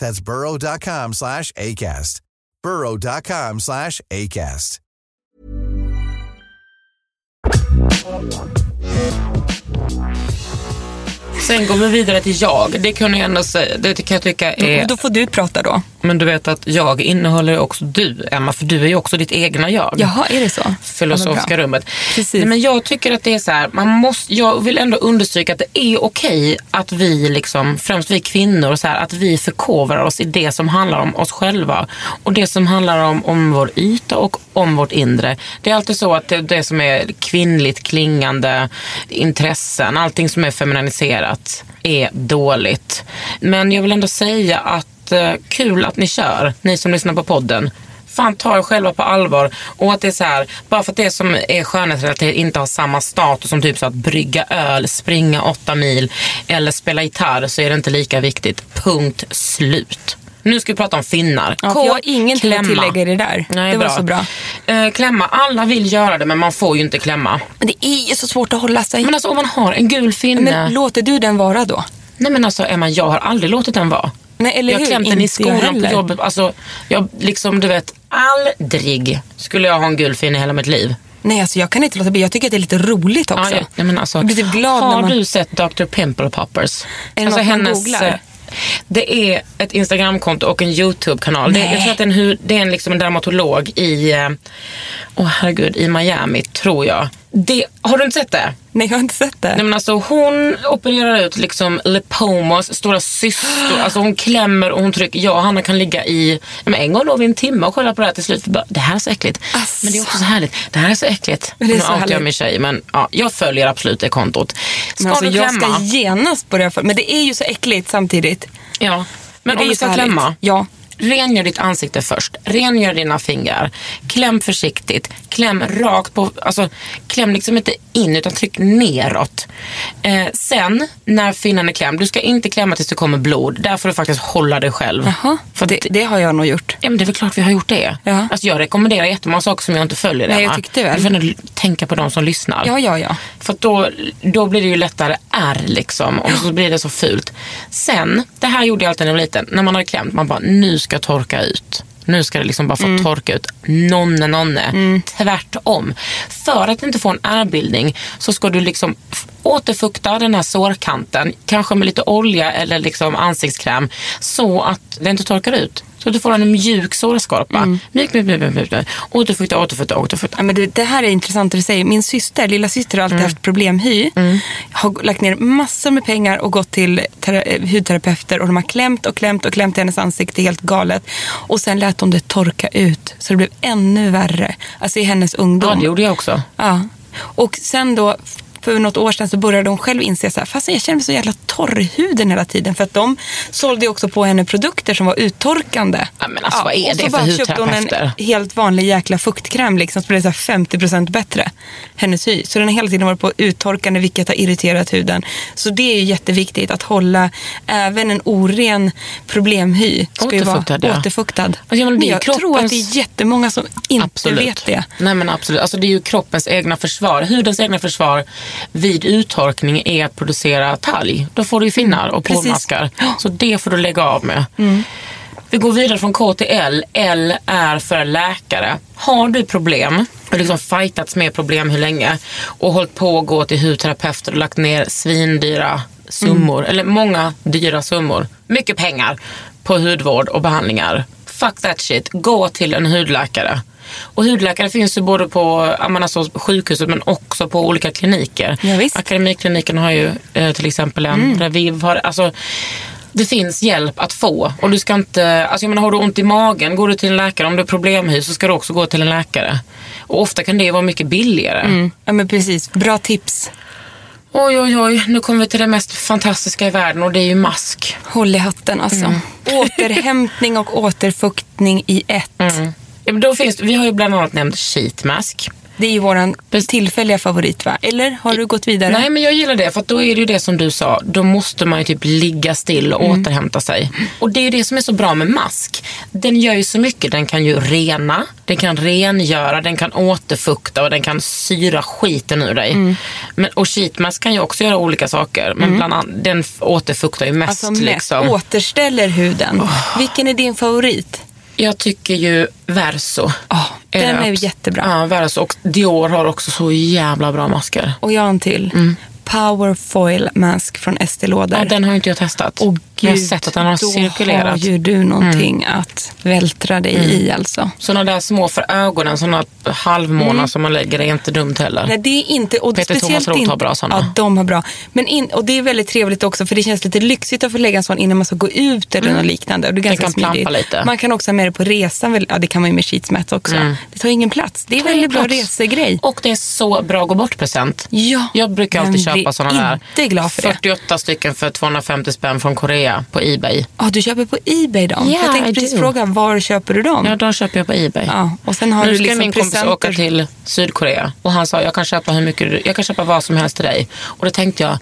Speaker 5: That's burrow.com slash ACAST. burrow.com slash ACAST.
Speaker 1: Sen går vi vidare till jag. Det kan jag ändå säga. Det kan jag tycka är...
Speaker 4: Då får du prata då.
Speaker 1: Men du vet att jag innehåller ju också du, Emma, för du är ju också ditt egna jag.
Speaker 4: Jaha, är det så?
Speaker 1: Filosofiska
Speaker 4: Ja, men bra.
Speaker 1: rummet.
Speaker 4: Precis.
Speaker 1: Nej, men jag tycker att det är så här, man måste, jag vill ändå understryka att det är okej att vi, liksom, främst vi kvinnor, så här, att vi förkovrar oss i det som handlar om oss själva. Och det som handlar om, om vår yta och om vårt inre. Det är alltid så att det, det som är kvinnligt klingande intressen, allting som är femininiserat är dåligt. Men jag vill ändå säga att eh, kul att ni kör, ni som lyssnar på podden. Fan ta er själva på allvar. Och att det är så här, bara för att det som är skönhetsrelaterat inte har samma status som typ så att brygga öl, springa åtta mil eller spela gitarr så är det inte lika viktigt. Punkt slut. Nu ska vi prata om finnar.
Speaker 4: Ja, för jag har ingenting att tillägga i det där.
Speaker 1: Nej,
Speaker 4: Det var så bra.
Speaker 1: Eh, klämma, alla vill göra det men man får ju inte klämma.
Speaker 4: Men det är ju så svårt att hålla sig.
Speaker 1: Men alltså om man har en gul finne.
Speaker 4: Men låter du den vara då?
Speaker 1: Nej men alltså Emma, jag har aldrig låtit den vara.
Speaker 4: Nej, eller
Speaker 1: jag har
Speaker 4: hur?
Speaker 1: klämt den i
Speaker 4: Inte jag
Speaker 1: skolan, på
Speaker 4: heller.
Speaker 1: jobbet. Alltså, jag liksom du vet, aldrig skulle jag ha en gul finne i hela mitt liv.
Speaker 4: Nej, alltså jag kan inte låta bli. Jag tycker att det är lite roligt också.
Speaker 1: Ja, ja. Nej, men alltså,
Speaker 4: jag blir typ glad
Speaker 1: har
Speaker 4: när man...
Speaker 1: du sett Dr. Pimple Poppers?
Speaker 4: det något man googlar?
Speaker 1: eh, Det är ett Instagramkonto och en YouTube-kanal. Det, jag tror att det är en, hu- det är en, liksom en dermatolog i, eh, åh herregud, i Miami tror jag. Det, har du inte sett det?
Speaker 4: Nej, jag har inte sett det.
Speaker 1: Nej, men alltså, hon opererar ut liksom lipomas, stora cystor. Alltså, hon klämmer och hon trycker. Jag och Hanna kan ligga i men en gång låg vi en timme och kolla på det här till slut. Vi Bara, det här är så äckligt. Men det är också så härligt. Det här är så äckligt.
Speaker 4: Men det är
Speaker 1: nu
Speaker 4: så
Speaker 1: outar jag
Speaker 4: härligt.
Speaker 1: min tjej men ja, jag följer absolut det kontot. Ska
Speaker 4: Men alltså,
Speaker 1: du
Speaker 4: jag
Speaker 1: klämma?
Speaker 4: ska genast börja för... Men det är ju så äckligt samtidigt.
Speaker 1: Ja. Men
Speaker 4: Det är
Speaker 1: om
Speaker 4: ju
Speaker 1: du ska
Speaker 4: så härligt.
Speaker 1: klämma.
Speaker 4: Ja.
Speaker 1: Rengör ditt ansikte först. Rengör dina fingrar. Kläm försiktigt. Kläm rakt på, alltså kläm liksom inte in utan tryck neråt. Eh, sen när finnan är klämd, du ska inte klämma tills det kommer blod. Där får du faktiskt hålla dig själv.
Speaker 4: Jaha,
Speaker 1: För
Speaker 4: det,
Speaker 1: det,
Speaker 4: det har jag nog gjort.
Speaker 1: ja, men det är väl klart vi har gjort det.
Speaker 4: Ja.
Speaker 1: Alltså, jag rekommenderar jättemånga saker som jag inte följer.
Speaker 4: Nej, jag
Speaker 1: Emma.
Speaker 4: tyckte väl.
Speaker 1: Du får ändå tänka på de som lyssnar.
Speaker 4: Ja, ja, ja.
Speaker 1: För att då, då blir det ju lättare ärr liksom och så blir det så fult. Sen, det här gjorde jag alltid när jag var liten. När man hade klämt, man bara nu ska jag torka ut. Nu ska det liksom bara få torka ut. Nonne, nonne. Tvärtom. För att inte få en ärrbildning så ska du liksom f- återfukta den här sårkanten. Kanske med lite olja eller liksom ansiktskräm. Så att det inte torkar ut. Så att du får en mjuk sårskorpa. Mjuk, mjuk, mjuk, mjuk, mjuk. Återfukta, återfukta, återfukta.
Speaker 4: Ja, men det, det här är intressant det du säger. Min syster, lilla syster har alltid
Speaker 1: Mm.
Speaker 4: haft problemhy. Har lagt ner massor med pengar och gått till tera- eh, hudterapeuter och de har klämt och klämt och klämt i hennes ansikte helt galet. Och sen lät de det torka ut så det blev ännu värre. Alltså i hennes ungdom.
Speaker 1: Ja, det gjorde jag också.
Speaker 4: Ja. Och sen då, för något år sedan så började hon själv inse så här, fast jag känner mig så jävla torr i huden hela tiden. För att de sålde ju också på henne produkter som var uttorkande.
Speaker 1: Ja, men alltså, vad är
Speaker 4: och
Speaker 1: det
Speaker 4: så
Speaker 1: för
Speaker 4: bara köpte hon en
Speaker 1: hudterapeuter?
Speaker 4: helt vanlig jäkla fuktkräm liksom, som blev så här 50% bättre. Hennes hy. Så den har hela tiden varit på uttorkande vilket har irriterat huden. Så det är ju jätteviktigt att hålla även en oren problemhy. ska ju vara
Speaker 1: Återfuktad, ja.
Speaker 4: Återfuktad.
Speaker 1: men det är ju
Speaker 4: jag tror att
Speaker 1: kroppens-
Speaker 4: det är jättemånga som inte vet det.
Speaker 1: Nej men absolut. Alltså det är ju kroppens egna försvar. Hudens egna försvar vid uttorkning är att producera talg. Då får du ju finnar och
Speaker 4: Precis. Mm.
Speaker 1: pormaskar. Så det får du lägga av med. Vi går vidare från K till L. L är för läkare. Har du problem och liksom fightats med problem hur länge och hållit på att gå till hudterapeuter och lagt ner svindyra summor,
Speaker 4: Mm.
Speaker 1: eller många dyra summor, mycket pengar på hudvård och behandlingar. Fuck that shit. Gå till en hudläkare. Och hudläkare finns ju både på ja, men alltså, sjukhuset men också på olika kliniker.
Speaker 4: Ja, visst.
Speaker 1: Akademikliniken har ju eh, till exempel en, Reviv har, alltså det finns hjälp att få. Och du ska inte, alltså jag menar, har du ont i magen, går du till en läkare. Om du har problemhy så ska du också gå till en läkare. Och ofta kan det vara mycket billigare.
Speaker 4: Ja men precis, bra tips.
Speaker 1: Oj, oj, oj, nu kommer vi till det mest fantastiska i världen och det är ju mask.
Speaker 4: Håll i hatten alltså.
Speaker 1: Mm.
Speaker 4: Återhämtning och återfuktning i ett.
Speaker 1: Ja, men Då finns, vi har ju bland annat nämnt sheetmask.
Speaker 4: Det är ju våran tillfälliga favorit va? Eller har du gått vidare?
Speaker 1: Nej men jag gillar det för att då är det ju det som du sa, då måste man ju typ ligga still och
Speaker 4: Mm.
Speaker 1: återhämta sig. Och det är ju det som är så bra med mask. Den gör ju så mycket, den kan ju rena, den kan rengöra, den kan återfukta och den kan syra skiten ur dig.
Speaker 4: Mm.
Speaker 1: Men, och sheetmask kan ju också göra olika saker men bland annat, den f- återfuktar ju mest.
Speaker 4: alltså mest
Speaker 1: liksom.
Speaker 4: återställer huden. Vilken är din favorit?
Speaker 1: Jag tycker ju Verso.
Speaker 4: Ja, den är ju jättebra.
Speaker 1: Ja, Verso och Dior har också så jävla bra masker.
Speaker 4: Och jag har en till. Power Foil Mask från Estée Lauder.
Speaker 1: Mm. Ja, den har inte jag testat.
Speaker 4: Åh,
Speaker 1: Men jag har
Speaker 4: gud,
Speaker 1: sett att den har
Speaker 4: då
Speaker 1: cirkulerat. Mm.
Speaker 4: har ju du någonting att vältra dig i alltså.
Speaker 1: Sådana där små för ögonen, sådana halvmånar som man lägger är inte dumt heller.
Speaker 4: Mm. Nej, det är inte... Och
Speaker 1: Peter
Speaker 4: speciellt
Speaker 1: Thomas Roth
Speaker 4: inte-
Speaker 1: har bra såna.
Speaker 4: Ja, de har bra. Men in, och det är väldigt trevligt också för det känns lite lyxigt att få lägga en sån innan man ska gå ut eller något liknande. Och det är ganska
Speaker 1: Mm. kan plampa
Speaker 4: smidigt.
Speaker 1: lite. Mm.
Speaker 4: Man kan också ha med det på resan. väl- Ja, det kan man ju med sheetsmat också. Det tar ingen plats. Det är en väldigt bra resegrej.
Speaker 1: Och det är så bra gå bort-present.
Speaker 4: Ja,
Speaker 1: Jag brukar
Speaker 4: vem
Speaker 1: alltid
Speaker 4: blir
Speaker 1: köpa sådana där.
Speaker 4: inte glad för det?
Speaker 1: 48 stycken för 250 spänn från Korea på Ebay.
Speaker 4: Ja, du köper på Ebay dem.
Speaker 1: Yeah,
Speaker 4: jag
Speaker 1: I
Speaker 4: tänkte precis
Speaker 1: do.
Speaker 4: fråga, var köper du dem?
Speaker 1: Ja, de köper jag på Ebay.
Speaker 4: Ja, och sen har
Speaker 1: nu
Speaker 4: du
Speaker 1: ska
Speaker 4: liksom
Speaker 1: min kompis
Speaker 4: presenter.
Speaker 1: åka till Sydkorea och han sa jag kan köpa hur mycket du, jag kan köpa vad som helst till dig. Och då tänkte jag,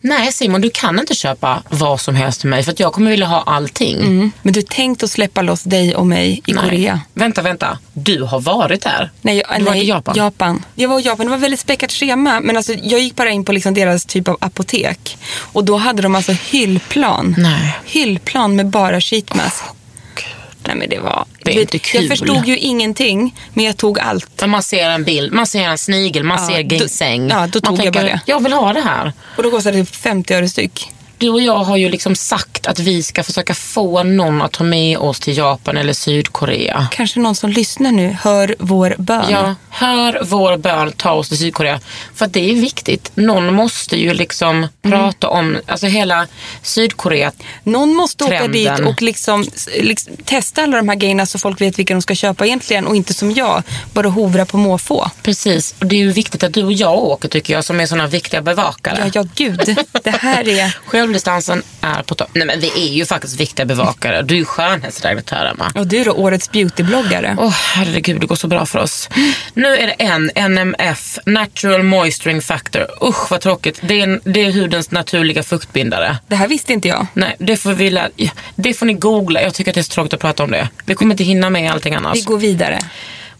Speaker 1: nej Simon du kan inte köpa vad som helst till mig för att jag kommer vilja ha allting.
Speaker 4: Mm. Men du tänkt att släppa loss dig och mig i
Speaker 1: Nej.
Speaker 4: Korea?
Speaker 1: Vänta, vänta. Du har varit där.
Speaker 4: Nej, jag,
Speaker 1: du var
Speaker 4: nej,
Speaker 1: i Japan.
Speaker 4: Japan. Jag var i Japan. Det var väldigt späckat schema. Men alltså, jag gick bara in på liksom deras typ av apotek. Och då hade de alltså hyllplan.
Speaker 1: Nej.
Speaker 4: Hyllplan med bara sheetmask. nej, men det var...
Speaker 1: Det är
Speaker 4: du
Speaker 1: inte kul.
Speaker 4: Jag förstod ju ingenting, men jag tog allt.
Speaker 1: För man ser en bild, man ser en snigel, man
Speaker 4: Ja,
Speaker 1: ser
Speaker 4: då-
Speaker 1: ginseng.
Speaker 4: ja, då
Speaker 1: man
Speaker 4: tog jag
Speaker 1: tänker,
Speaker 4: bara det.
Speaker 1: jag vill ha det här.
Speaker 4: Och då kostade det typ 50 öre styck.
Speaker 1: Du och jag har ju liksom sagt att vi ska försöka få någon att ta med oss till Japan eller Sydkorea.
Speaker 4: Kanske någon som lyssnar nu hör vår bön.
Speaker 1: Ja, hör vår bön, ta oss till Sydkorea. För att det är viktigt. Någon måste ju liksom
Speaker 4: Mm.
Speaker 1: prata om, alltså hela Sydkorea.
Speaker 4: Någon måste åka
Speaker 1: Trenden.
Speaker 4: dit och liksom, liksom, testa alla de här grejerna så folk vet vilka de ska köpa egentligen och inte som jag, bara hovra på måfå.
Speaker 1: Precis, och det är ju viktigt att du och jag åker tycker jag som är sådana viktiga bevakare.
Speaker 4: Ja, ja, gud. Det här är...
Speaker 1: Självdistansen är på topp. Nej men vi är ju faktiskt viktiga bevakare. Du är ju skönhetsredaktör Emma.
Speaker 4: Och du då, årets beautybloggare.
Speaker 1: Åh herregud, det går så bra för oss. Nu är det en, NMF, Natural Moisturing Factor. Usch vad tråkigt. Det är, en, det är hudens naturliga fuktbindare.
Speaker 4: Det här visste inte jag.
Speaker 1: Nej, det får, vi lä- det får ni googla. Jag tycker att det är så tråkigt att prata om det. Vi kommer inte hinna med allting annars.
Speaker 4: Vi går vidare.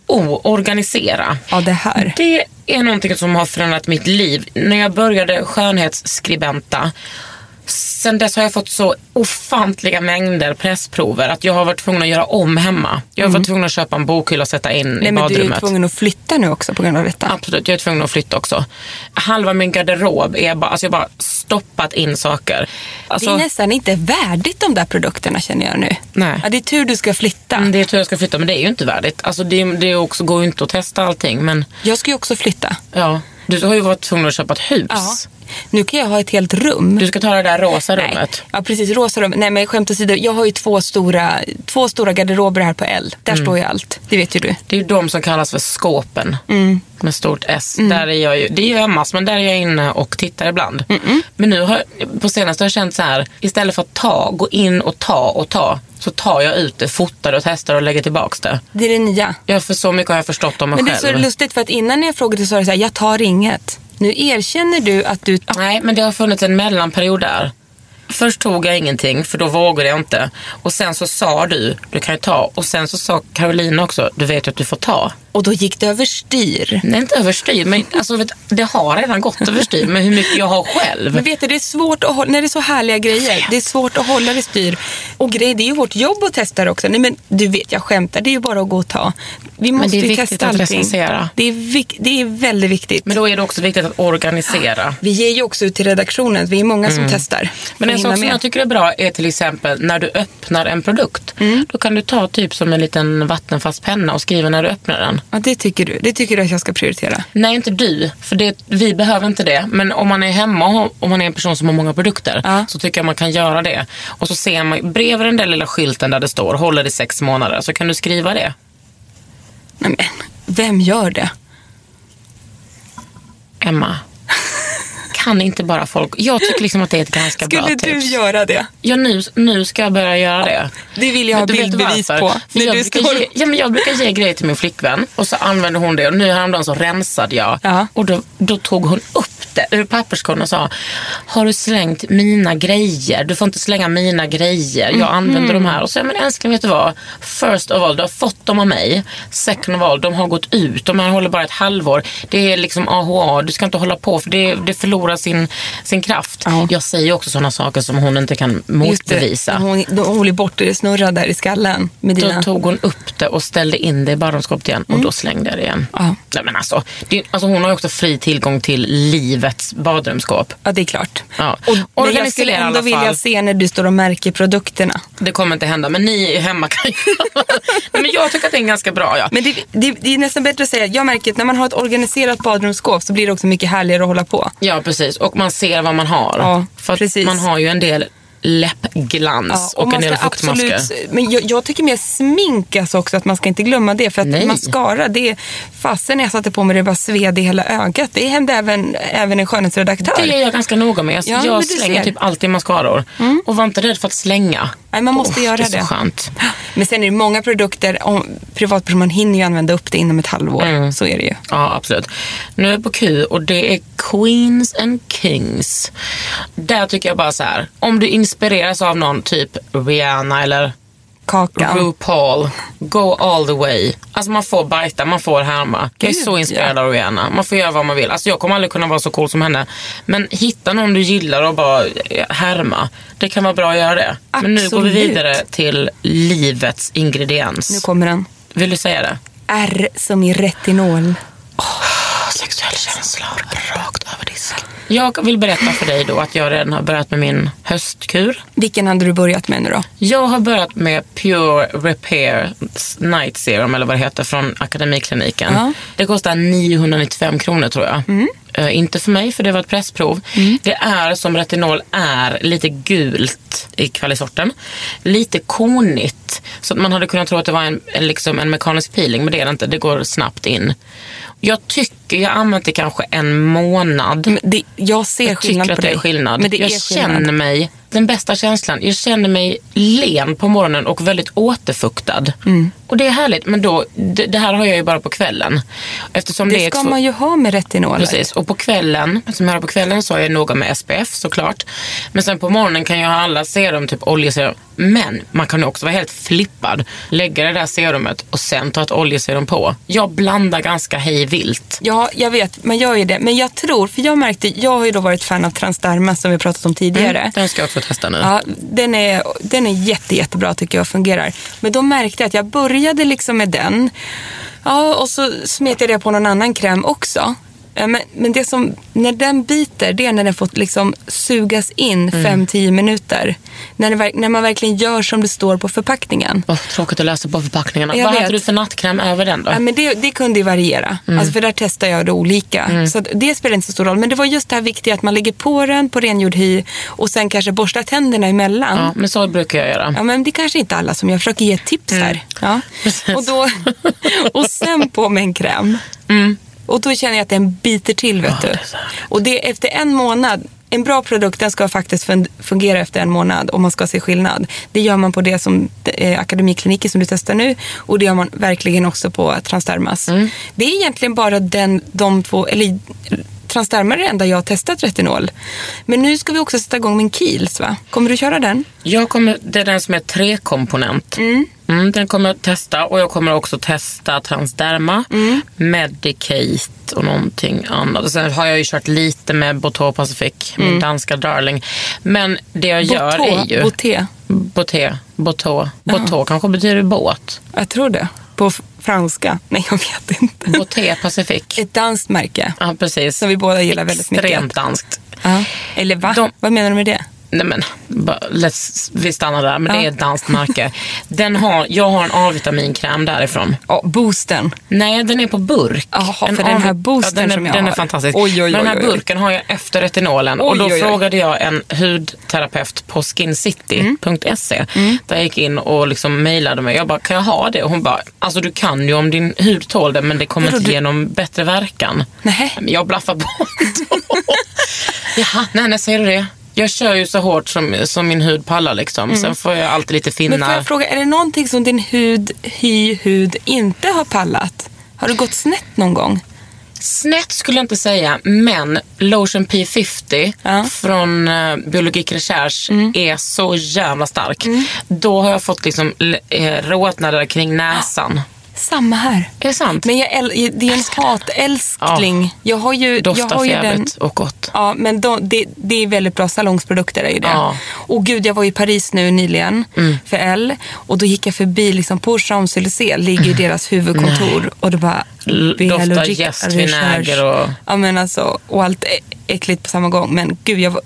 Speaker 1: Oh, organisera.
Speaker 4: Ja, det här.
Speaker 1: Det är någonting som har förändrat mitt liv. När jag började skönhetsskribenta Sen dess har jag fått så ofantliga mängder pressprover att jag har varit tvungen att göra om hemma. Jag har varit tvungen att köpa en bokhylla och sätta in
Speaker 4: Mm. Nej,
Speaker 1: i
Speaker 4: men du är ju
Speaker 1: badrummet.
Speaker 4: tvungen att flytta nu också på grund av detta.
Speaker 1: Absolut, jag är tvungen att flytta också. Halva min garderob är bara, alltså jag har bara stoppat in saker. Alltså,
Speaker 4: det är nästan inte värdigt de där produkterna känner jag nu.
Speaker 1: Nej.
Speaker 4: Ja, det är tur du ska flytta.
Speaker 1: Mm, Det är tur jag ska flytta men det är ju inte värdigt. Alltså det, det är också, går ju inte att testa allting men
Speaker 4: Jag ska ju också flytta.
Speaker 1: ja. Du har ju varit tvungen att köpa ett hus.
Speaker 4: Ja. Nu kan jag ha ett helt rum.
Speaker 1: Du ska ta det där rosa rummet.
Speaker 4: Nej. Ja, precis. Rosa rum. Nej, men skämt åsido. Jag har ju två stora, två stora garderober här på L. Där
Speaker 1: Mm.
Speaker 4: står ju allt. Det vet ju du.
Speaker 1: Det är ju de som kallas för skåpen
Speaker 4: Mm.
Speaker 1: med stort S. Där är jag ju, det är ju Emmas men där är jag inne och tittar ibland. Men nu har, jag- på senaste har jag känt så här, istället för att ta, gå in och ta och ta. Så tar jag ut det, fotar och testar och lägger tillbaks det.
Speaker 4: Det är det nya.
Speaker 1: Ja, för så mycket har jag förstått om mig
Speaker 4: Men det är
Speaker 1: själv.
Speaker 4: så lustigt för att innan när jag frågade så sa du så här, jag tar inget. Nu erkänner du att du...
Speaker 1: Nej, men det har funnits en mellanperiod där. Först tog jag ingenting, för då vågade jag inte. Och sen så sa du, du kan ju ta. Och sen så sa Carolina också, du vet ju att du får ta.
Speaker 4: Och då gick det överstyr.
Speaker 1: Nej, inte överstyr, men alltså, vet, det har redan gått överstyr med hur mycket jag har själv.
Speaker 4: Men vet du, det är svårt att hålla, när det är så härliga grejer, det är svårt att hålla det styr. Och grej, det är ju vårt jobb att testa det också. Nej men du vet, jag skämtar, det är ju bara att gå och ta. Vi måste
Speaker 1: det är
Speaker 4: ju
Speaker 1: viktigt
Speaker 4: testa
Speaker 1: att
Speaker 4: allting.
Speaker 1: recensera.
Speaker 4: Det är, vik- det är väldigt viktigt.
Speaker 1: Men då är det också viktigt att organisera.
Speaker 4: Vi ger ju också ut till redaktionen, vi är många
Speaker 1: Mm.
Speaker 4: som testar.
Speaker 1: Men
Speaker 4: För
Speaker 1: en
Speaker 4: att
Speaker 1: sak
Speaker 4: hinna
Speaker 1: som
Speaker 4: med.
Speaker 1: jag tycker är bra är till exempel när du öppnar en produkt.
Speaker 4: Mm.
Speaker 1: Då kan du ta typ som en liten vattenfast penna och skriva när du öppnar den.
Speaker 4: Ja, det tycker du. Det tycker du att jag ska prioritera.
Speaker 1: Nej, inte du. För det, vi behöver inte det. Men om man är hemma och om man är en person som har många produkter
Speaker 4: Ja.
Speaker 1: så tycker jag man kan göra det. Och så ser man bredvid den där lilla skylten där det står håller i sex månader så kan du skriva det.
Speaker 4: Nej men, vem gör det?
Speaker 1: Emma, kan inte bara folk... Jag tycker liksom att det är ett ganska bra
Speaker 4: Skulle
Speaker 1: tips.
Speaker 4: du göra det?
Speaker 1: Ja, nu, nu ska jag börja göra det.
Speaker 4: Det vill jag ha
Speaker 1: Men du vet
Speaker 4: bildbevis
Speaker 1: varför?
Speaker 4: på.
Speaker 1: För
Speaker 4: När
Speaker 1: jag,
Speaker 4: du
Speaker 1: brukar
Speaker 4: står-
Speaker 1: ge, ja, men jag brukar ge grejer till min flickvän och så använder hon det. Och nu häromdagen så rensade jag
Speaker 4: Ja.
Speaker 1: och då, då tog hon upp det ur papperskorgen och sa Har du slängt mina grejer? Du får inte slänga mina grejer.
Speaker 4: Mm.
Speaker 1: Jag använder de här. Och så jag, men älskling vet du vad? First of all, du har fått dem av mig. Second of all, de har gått ut. De här håller bara ett halvår. Det är liksom AHA. Du ska inte hålla på för det, det förlorar sin, sin kraft.
Speaker 4: Ja.
Speaker 1: Jag säger ju också sådana saker som hon inte kan
Speaker 4: Just det,
Speaker 1: motbevisa.
Speaker 4: Hon, hon blir bortsnurrad där i skallen med dina... Mm.
Speaker 1: Då tog hon upp det och ställde in det i badrumsskåpet igen och då slängde jag det igen.
Speaker 4: Ja.
Speaker 1: Nej, men alltså, det, alltså hon har ju också fri tillgång till liv livets badrumsskåp.
Speaker 4: Ja, det är klart.
Speaker 1: Ja.
Speaker 4: Och, men
Speaker 1: Organisera
Speaker 4: jag skulle
Speaker 1: i alla
Speaker 4: ändå
Speaker 1: fall.
Speaker 4: vilja se när du står och märker produkterna.
Speaker 1: Det kommer inte hända, men ni hemma kan ju... Nej, men jag tycker att det är en ganska bra, ja.
Speaker 4: Men det, det, det är nästan bättre att säga, jag märker att när man har ett organiserat badrumsskåp så blir det också mycket härligare att hålla på.
Speaker 1: Ja, precis. Och man ser vad man har.
Speaker 4: Ja,
Speaker 1: För att
Speaker 4: precis.
Speaker 1: man har ju en del läppglans och, en
Speaker 4: man
Speaker 1: del
Speaker 4: ska
Speaker 1: fuktmasker.
Speaker 4: absolut- Men jag, jag tycker mer sminkas också, att man ska inte glömma det. För att
Speaker 1: Nej.
Speaker 4: mascara, det är, fasen när jag satte på mig det bara sved i hela ögat. Det hände även, även en skönhetsredaktör.
Speaker 1: Det är jag ganska noga med. Jag,
Speaker 4: Ja, men
Speaker 1: jag
Speaker 4: du
Speaker 1: slänger
Speaker 4: ser. Mm.
Speaker 1: typ alltid mascaror. Och var inte rädd för att slänga.
Speaker 4: Nej, man måste
Speaker 1: Åh,
Speaker 4: göra
Speaker 1: det. är så
Speaker 4: det.
Speaker 1: skönt.
Speaker 4: Men sen är det många produkter, om, privatperson, man hinner ju använda upp det inom ett halvår.
Speaker 1: Mm.
Speaker 4: Så är det ju.
Speaker 1: Ja, absolut. Nu är vi på Q och det är Queens and Kings. Där tycker jag bara så här. Om du inspireras av någon, typ Rihanna eller
Speaker 4: Kakan.
Speaker 1: RuPaul, go all the way. Alltså man får bajta, man får härma. Jag är
Speaker 4: Gud,
Speaker 1: så inspirerad
Speaker 4: ja.
Speaker 1: av Rihanna. Man får göra vad man vill. Alltså jag kommer aldrig kunna vara så cool som henne. Men hitta någon du gillar och bara eh, härma. Det kan vara bra att göra det. Men nu går vi
Speaker 4: Absolut.
Speaker 1: vidare till livets ingrediens.
Speaker 4: Nu kommer den.
Speaker 1: Vill du säga det?
Speaker 4: R som i retinol.
Speaker 1: Sexuell känsla rakt över disken. Jag vill berätta för dig då att jag redan har börjat med min höstkur.
Speaker 4: Vilken hade du börjat med nu då?
Speaker 1: Jag har börjat med Pure Repair Night Serum, eller vad det heter, från Akademikliniken.
Speaker 4: Ja.
Speaker 1: Det kostar 995 kronor tror jag. Eh, inte för mig, för det var ett pressprov. Det är som retinol är, lite gult i kvalisorten. Lite konigt. Så att man hade kunnat tro att det var en, en, liksom en mekanisk peeling, men det är det inte. Det går snabbt in. Jag tycker jag har använt det kanske en månad.
Speaker 4: Men Det, jag ser
Speaker 1: Jag
Speaker 4: skillnad
Speaker 1: tycker
Speaker 4: på
Speaker 1: att det är
Speaker 4: dig.
Speaker 1: skillnad.
Speaker 4: Men det
Speaker 1: jag
Speaker 4: är skillnad.
Speaker 1: känner mig, den bästa känslan, jag känner mig len på morgonen och väldigt återfuktad.
Speaker 4: Mm.
Speaker 1: Och det är härligt, men då, det, det här har jag ju bara på kvällen. Eftersom det,
Speaker 4: Det
Speaker 1: är
Speaker 4: ska
Speaker 1: exfo-
Speaker 4: man ju ha med retinoler.
Speaker 1: Precis, och på kvällen, som jag har på kvällen så har jag noga med SPF såklart. Men sen på morgonen kan jag ha alla serum, typ oljeserum. Men man kan ju också vara helt flippad, lägga det där serumet och sen ta ett oljeserum på. Jag blandar ganska hej vilt.
Speaker 4: Ja, jag vet. Man gör ju det. Men jag tror, för jag märkte, jag har ju då varit fan av Transderma som vi pratat om tidigare.
Speaker 1: Mm, Den ska jag också testa nu.
Speaker 4: Ja, den är, den är jätte, jättebra tycker jag och fungerar. Men då märkte jag att jag började liksom med den. Ja, och så smetade jag på någon annan kräm också. Eh, Men, men det som, när den biter, det är när den får liksom sugas in 5-10 minuter. När, det, verk- när man verkligen gör som det står på förpackningen.
Speaker 1: Åh, tråkigt att läsa på förpackningarna.
Speaker 4: Jag
Speaker 1: Vad
Speaker 4: vet.
Speaker 1: hade du för nattkräm över den då?
Speaker 4: Ja, men det, det kunde ju variera. Alltså för där testar jag det olika. Så att det spelar inte så stor roll. Men det var just det här viktiga att man lägger på den på rengjord hy och sen kanske borstar tänderna emellan.
Speaker 1: ja, men så brukar jag göra.
Speaker 4: Ja, men det kanske inte alla som jag försöker ge tips här. Ja.
Speaker 1: Precis.
Speaker 4: Och, då, och sen på med en kräm. Och då känner jag att den biter till. Vet du. Och det efter en månad. En bra produkt den ska faktiskt fun- fungera efter en månad och man ska se skillnad. Det gör man på det som eh, akademikliniker som du testar nu och det gör man verkligen också på Transdermas. Det är egentligen bara den, de två, eller Transderma är det enda jag har testat retinol. Men nu ska vi också sätta igång med en Kiehl's va? Kommer du köra den?
Speaker 1: Jag kommer, det är den som är trekomponent. Mm. den kommer jag testa och jag kommer också testa Transderma,
Speaker 4: Mm.
Speaker 1: Medicate och någonting annat. Och sen har jag ju kört lite med Botå Pacific,
Speaker 4: Mm.
Speaker 1: min danska darling. Men det jag gör är ju...
Speaker 4: Boté.
Speaker 1: Boté. Botå. Botå kanske betyder båt.
Speaker 4: Jag tror det. På f- franska. Nej, jag vet inte.
Speaker 1: Boté Pacific.
Speaker 4: Ett danskt märke
Speaker 1: Ja, precis.
Speaker 4: som vi båda gillar väldigt mycket.
Speaker 1: Extremt danskt.
Speaker 4: Ja. Eller va?
Speaker 1: De-
Speaker 4: Vad menar du med det?
Speaker 1: Nej men, bara- let's, vi stannar där. Men det
Speaker 4: Ja.
Speaker 1: är ett danskt märke. Den har, jag har en A-vitaminkräm därifrån.
Speaker 4: Ja, boosten.
Speaker 1: Nej, den är på burk.
Speaker 4: Jaha, för
Speaker 1: En
Speaker 4: den här
Speaker 1: A-vit-
Speaker 4: boosten
Speaker 1: den är,
Speaker 4: som jag
Speaker 1: den är
Speaker 4: har.
Speaker 1: fantastisk.
Speaker 4: Oj, oj,
Speaker 1: men den
Speaker 4: oj,
Speaker 1: här
Speaker 4: oj, oj.
Speaker 1: burken har jag efter retinolen. och
Speaker 4: Oj,
Speaker 1: då
Speaker 4: oj, oj.
Speaker 1: frågade jag en hudterapeut på
Speaker 4: Mm.
Speaker 1: skinCity.se. Där jag gick in och liksom mejlade mig. Jag bara, kan jag ha det? Och hon bara, alltså du kan ju om din hud tål det men det kommer
Speaker 4: Vadå,
Speaker 1: inte
Speaker 4: du-
Speaker 1: ge någon bättre verkan.
Speaker 4: Nej.
Speaker 1: Men jag blaffar på ändå. Jaha, nej, nej, säger du det? Jag kör ju så hårt som, som min hud pallar liksom. Sen får jag alltid lite finnar.
Speaker 4: Mm. Men får jag fråga, är det någonting som din hud, hy, hud inte har pallat? Har du gått snett någon gång?
Speaker 1: Snett skulle jag inte säga, men Lotion P50
Speaker 4: Ja. Mm.
Speaker 1: från eh, Biologik Recherche är så jävla stark. Då har jag fått liksom l- eh, rodnader kring näsan.
Speaker 4: Samma här.
Speaker 1: Är det sant?
Speaker 4: Men jag äl- det är en hatälskling. Jag har ju, jag
Speaker 1: Doftar
Speaker 4: har ju den...
Speaker 1: förjävligt och gott.
Speaker 4: Ja, men de, det, det är väldigt bra salongsprodukter. Är ju det.
Speaker 1: Ja. Mm.
Speaker 4: Och gud, jag var i Paris nu nyligen för L och då gick jag förbi liksom, på Champs-Élysées ligger ju deras huvudkontor och det bara
Speaker 1: L- doftar
Speaker 4: Biologique
Speaker 1: jäst,
Speaker 4: Recherche.
Speaker 1: vinäger och-
Speaker 4: Ja, men alltså, och allt. äckligt på samma gång. Men gud, jag, var-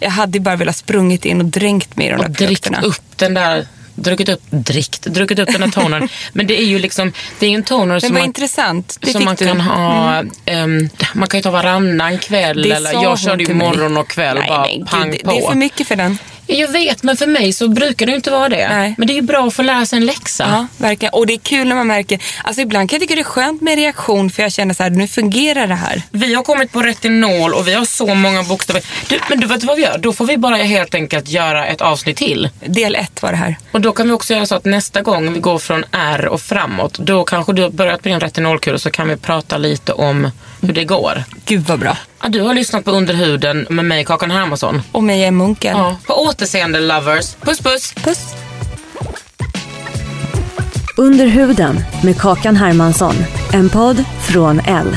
Speaker 4: jag hade ju bara velat sprungit in och dränkt mig i de
Speaker 1: och
Speaker 4: där
Speaker 1: drickt
Speaker 4: produkterna.
Speaker 1: upp den där druckit upp, drickt, druckit upp den där tonern. Men det är ju liksom, det är ju en toner
Speaker 4: Men
Speaker 1: som
Speaker 4: vad
Speaker 1: man,
Speaker 4: intressant. Det
Speaker 1: som
Speaker 4: fick
Speaker 1: man
Speaker 4: du.
Speaker 1: kan ha, ehm, man kan ju ta varannan kväll.
Speaker 4: Det
Speaker 1: Eller,
Speaker 4: sa hon
Speaker 1: jag körde ju
Speaker 4: till mig.
Speaker 1: morgon och kväll
Speaker 4: Nej,
Speaker 1: bara
Speaker 4: men gud,
Speaker 1: pang
Speaker 4: det,
Speaker 1: på.
Speaker 4: det är för mycket för den.
Speaker 1: Jag vet, men för mig så brukar det ju inte vara det.
Speaker 4: Nej.
Speaker 1: Men det är ju bra att få lära sig en läxa.
Speaker 4: Ja, verkligen. Och det är kul när man märker, alltså ibland kan jag tycka det är skönt med reaktion för jag känner så här, nu fungerar det här.
Speaker 1: Vi har kommit på retinol och vi har så många bokstäver. Du, men du vet vad vi gör? Då får vi bara helt enkelt göra ett avsnitt till.
Speaker 4: Del ett var det här.
Speaker 1: Och då kan vi också göra så att nästa gång vi går från R och framåt, då kanske du har börjat på din retinolkur så kan vi prata lite om hur det går.
Speaker 4: Gud vad bra.
Speaker 1: Ja, du har lyssnat på Underhuden med mig, Kakan Hermansson.
Speaker 4: Och Meja är munken.
Speaker 1: Ja. På återseende lovers. Puss puss!
Speaker 4: Puss.
Speaker 2: Under huden med Kakan Hermansson. En podd från L.